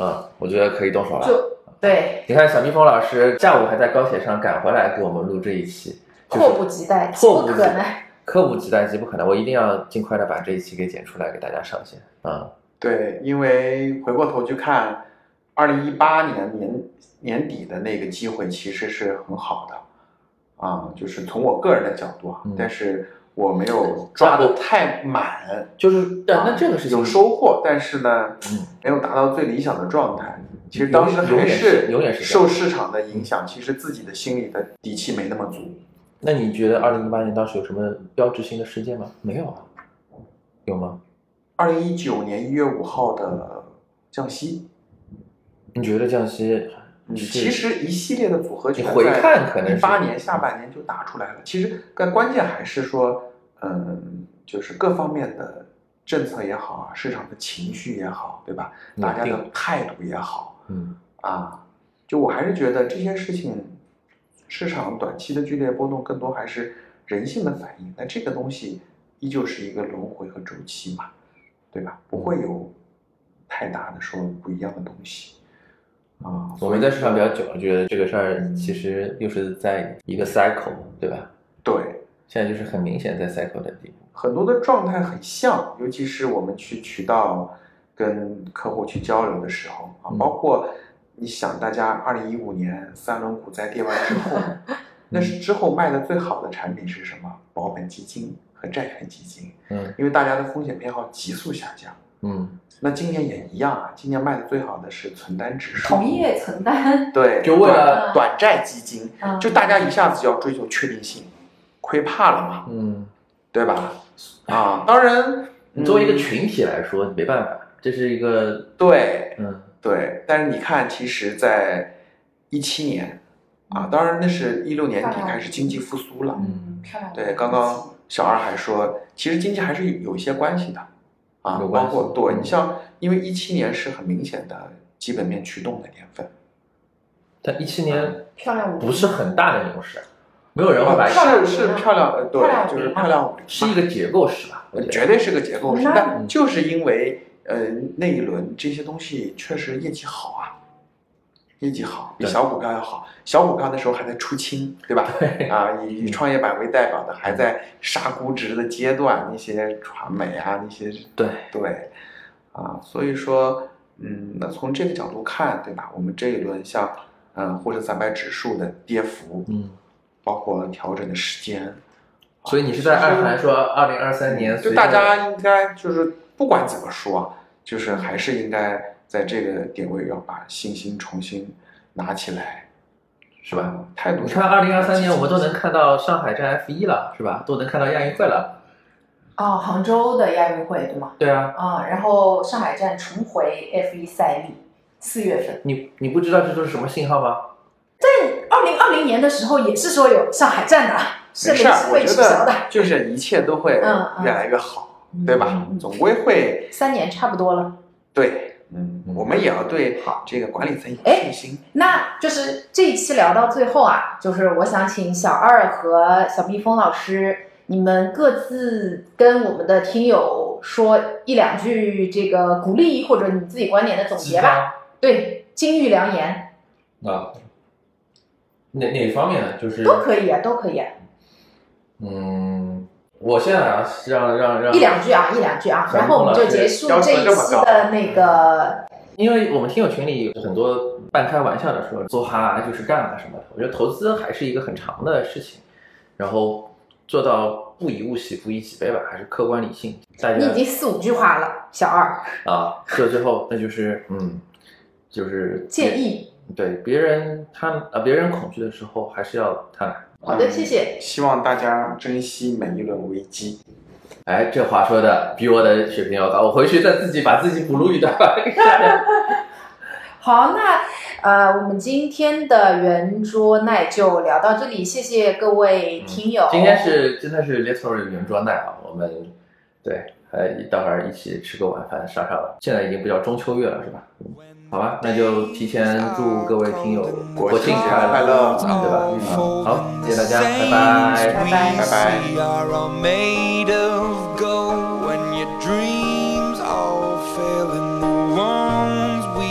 [SPEAKER 1] 嗯，我觉得可以动手了。
[SPEAKER 4] 就对，
[SPEAKER 1] 你看，小蜜蜂老师下午还在高铁上赶回来给我们录这一期，就是
[SPEAKER 4] 迫不及待，急
[SPEAKER 1] 迫
[SPEAKER 4] 不
[SPEAKER 1] 不及
[SPEAKER 4] 可耐。
[SPEAKER 1] 待，迫不及待，急不可耐，我一定要尽快的把这一期给剪出来给大家上线。嗯，
[SPEAKER 3] 对，因为回过头去看，二零一八年年年底的那个机会其实是很好的，啊、就是从我个人的角度啊，
[SPEAKER 1] 嗯
[SPEAKER 3] 但是我没有抓
[SPEAKER 1] 那
[SPEAKER 3] 的
[SPEAKER 1] 我
[SPEAKER 3] 太满。啊
[SPEAKER 1] 就是啊但那这个事情
[SPEAKER 3] 有收获，但是呢，
[SPEAKER 1] 嗯
[SPEAKER 3] 没有达到最理想的状态。其实当时还
[SPEAKER 1] 永远是永远是这
[SPEAKER 3] 受
[SPEAKER 1] 样嗯
[SPEAKER 3] 市场的影响，其实自己的心里的底气没那么足。
[SPEAKER 1] 那你觉得二零一八年当时有什么标志性的事件吗？没有啊，有吗？
[SPEAKER 3] 二零一九年一月五号的降息，
[SPEAKER 1] 你觉得降息
[SPEAKER 3] 嗯
[SPEAKER 1] 是？
[SPEAKER 3] 其实一系列的组合拳
[SPEAKER 1] 你回看可能是
[SPEAKER 3] 一八年下半年就打出来了。其实，但关键还是说，嗯，就是各方面的政策也好啊，市场的情绪也好，对吧？大家
[SPEAKER 1] 稳
[SPEAKER 3] 的态度也好，
[SPEAKER 1] 嗯，
[SPEAKER 3] 啊，就我还是觉得这些事情，市场短期的剧烈波动更多还是人性的反应。那这个东西依旧是一个轮回和周期嘛，对吧？
[SPEAKER 1] 嗯
[SPEAKER 3] 不会有太大的说不一样的东西啊。
[SPEAKER 1] 我们在市场比较久了，觉得这个事儿其实又是在一个 cycle，对吧？
[SPEAKER 3] 对，
[SPEAKER 1] 现在就是很明显在 cycle 的地步。
[SPEAKER 3] 很多的状态很像，尤其是我们去渠道跟客户去交流的时候啊，
[SPEAKER 1] 嗯
[SPEAKER 3] 包括你想大家二零一五年三轮股灾跌完之 后，那是之后卖的最好的产品是什么？保本基金和债券基金，
[SPEAKER 1] 嗯
[SPEAKER 3] 因为大家的风险偏好急速下降。
[SPEAKER 1] 嗯，
[SPEAKER 3] 那今年也一样啊，今年卖的最好的是存单指数，
[SPEAKER 2] 同业存单，
[SPEAKER 3] 对，
[SPEAKER 1] 就为了
[SPEAKER 3] 短短债基金，
[SPEAKER 4] 啊
[SPEAKER 2] 嗯
[SPEAKER 3] 就大家一下子就要追求确定性，亏怕了嘛，
[SPEAKER 1] 嗯，
[SPEAKER 3] 对吧？啊，当然，
[SPEAKER 1] 哎你作为一个
[SPEAKER 3] 嗯
[SPEAKER 1] 群体来说，没办法，这是一个
[SPEAKER 3] 对
[SPEAKER 1] 嗯
[SPEAKER 3] 对，但是你看，其实，在一七年啊，当然那是一六年底开始经济复苏了。
[SPEAKER 1] 嗯
[SPEAKER 2] 漂亮
[SPEAKER 3] 对，刚刚小二还说，其实经济还是有一些关系的啊，
[SPEAKER 1] 有
[SPEAKER 3] 包
[SPEAKER 1] 关系
[SPEAKER 3] 括对
[SPEAKER 1] 嗯
[SPEAKER 3] 你像，因为一七年是很明显的基本面驱动的年份，
[SPEAKER 1] 但一七年
[SPEAKER 4] 漂亮舞
[SPEAKER 1] 不是很大的牛市，没有人会把
[SPEAKER 3] 啊
[SPEAKER 1] 它
[SPEAKER 3] 是是漂亮，呃
[SPEAKER 2] 漂亮
[SPEAKER 3] 对，就是漂亮五零，
[SPEAKER 1] 是一个结构式吧？我觉
[SPEAKER 3] 绝
[SPEAKER 1] 得，
[SPEAKER 3] 对是个结构式，
[SPEAKER 2] 那
[SPEAKER 1] 嗯
[SPEAKER 3] 但就是因为呃那一轮这些东西确实业绩好啊，业绩好比
[SPEAKER 1] 对
[SPEAKER 3] 小股票要好。小股票那时候还在出清，对吧？啊，以
[SPEAKER 1] 嗯
[SPEAKER 3] 以创业板为代表的还在杀估值的阶段，那些传媒啊，那些
[SPEAKER 1] 对，
[SPEAKER 3] 对啊，所以说嗯，那从这个角度看，对吧？我们这一轮像嗯沪深三百指数的跌幅，
[SPEAKER 1] 嗯。
[SPEAKER 3] 包括调整的时间，
[SPEAKER 1] 所以你是在暗含说，二零二三年
[SPEAKER 3] 就大家应该就是不管怎么说，啊就是还是应该在这个点位要把信心重新拿起来，嗯
[SPEAKER 1] 是吧？？
[SPEAKER 3] 态度
[SPEAKER 1] 你
[SPEAKER 3] 上
[SPEAKER 1] 看二零二三年我们都能看到上海站 F 一了，是吧？都能看到亚运会了。
[SPEAKER 4] 哦，杭州的亚运会对吗？
[SPEAKER 1] 对啊，
[SPEAKER 4] 啊、然后上海站重回 F 一赛历，四月份。
[SPEAKER 1] 你你不知道这都是什么信号吗？
[SPEAKER 4] 二零二零年的时候也是说有上海站的，是
[SPEAKER 3] 没事
[SPEAKER 4] 临
[SPEAKER 3] 儿，
[SPEAKER 4] 时
[SPEAKER 3] 我
[SPEAKER 4] 被取
[SPEAKER 3] 觉
[SPEAKER 4] 消的，
[SPEAKER 3] 得就是一切都会
[SPEAKER 4] 嗯嗯
[SPEAKER 3] 越来越好，对吧
[SPEAKER 4] 嗯？嗯
[SPEAKER 3] 总归会
[SPEAKER 4] 三年差不多了。
[SPEAKER 3] 对，嗯，我们也要对这个管理层有信心。
[SPEAKER 4] 哎那就是这一期聊到最后啊，就是我想请小二和小蜜蜂老师，你们各自跟我们的听友说一两句这个鼓励或者你自己观点的总结吧。对，金玉良言。
[SPEAKER 1] 啊，哪哪方面呢？就是
[SPEAKER 4] 都可以啊，都可以啊，
[SPEAKER 1] 嗯，我现在啊，让让让
[SPEAKER 4] 一两句啊，一两句啊，
[SPEAKER 1] 全
[SPEAKER 4] 然后我们
[SPEAKER 1] 部了
[SPEAKER 4] 就结束
[SPEAKER 3] 要求
[SPEAKER 4] 这一
[SPEAKER 3] 这么
[SPEAKER 4] 期
[SPEAKER 3] 高
[SPEAKER 4] 的那个，
[SPEAKER 1] 因为我们听友群里有很多半开玩笑的说做哈啊就是干啊什么的，我觉得投资还是一个很长的事情，然后做到不以物喜，不以己悲吧，还是客观理性。大家
[SPEAKER 4] 你已经四五句话了，小二
[SPEAKER 1] 啊，这最后那就是嗯，就是
[SPEAKER 4] 建议。
[SPEAKER 1] 对别人他啊别人恐惧的时候，还是要他来。
[SPEAKER 4] 好的，谢谢。
[SPEAKER 3] 希望大家珍惜每一轮危机。
[SPEAKER 1] 哎，这话说的比我的水平要高，我回去再自己把自己补录一段吧。
[SPEAKER 4] 好，那呃，我们今天的圆桌奈就聊到这里，谢谢各位听友。
[SPEAKER 1] 嗯今天是真的是 literally 原装奈啊，我们对，还待会儿一起吃个晚饭，上上。现在已经不叫中秋月了，是吧？好吧，那就提前祝各位听友国庆
[SPEAKER 3] 节
[SPEAKER 1] 快
[SPEAKER 3] 快
[SPEAKER 1] 乐，
[SPEAKER 3] 乐
[SPEAKER 1] 对吧？嗯，好，谢谢大家，拜拜。
[SPEAKER 4] 拜
[SPEAKER 3] 拜
[SPEAKER 6] We are all made of gold when your dreams all fail and the wrongs we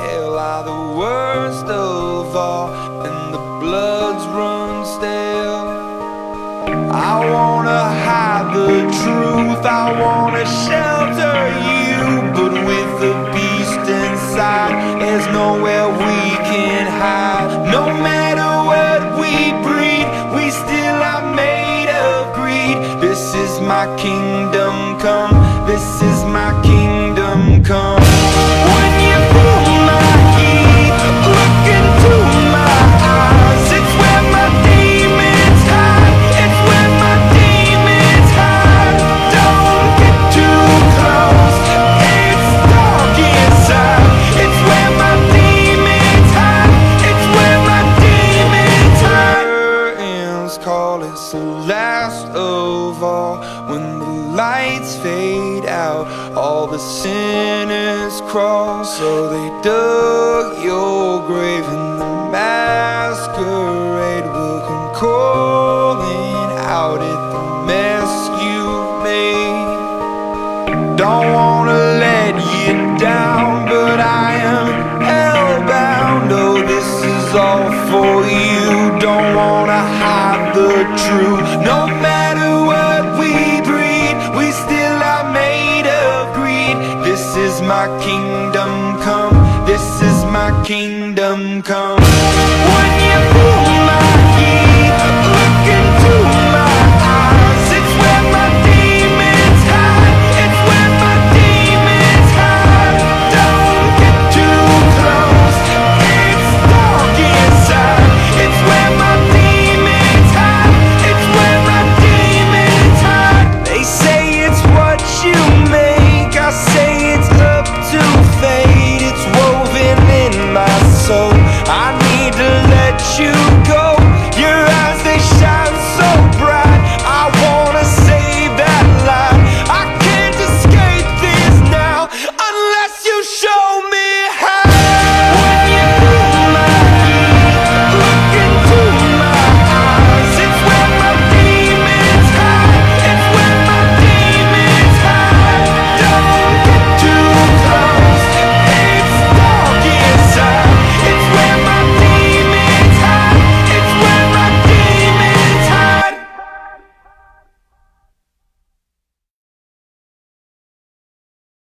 [SPEAKER 6] hail are the worst of all and the bloods run stale. I wanna hide the truth, I wanna shelter you, but with the beast inside, there's nowhere we can hide. No matter what we breed, we still are made of greed. This is my kingdom come, this is my kingdom come. When you pull my key, look into my eyes, it's where my demons hide, it's where my demons hide. Don't get too close, it's dark inside, it's where my demons hide, it's where my demons hide. Curtains call us the last of all when the lights fade out, all the sinners crawl. So they dug your grave, and the masquerade will come calling out at the mess you made. Don't wanna let you down, but I am hellbound. Oh, this is all for you. Don't wanna hide the truth, no matter.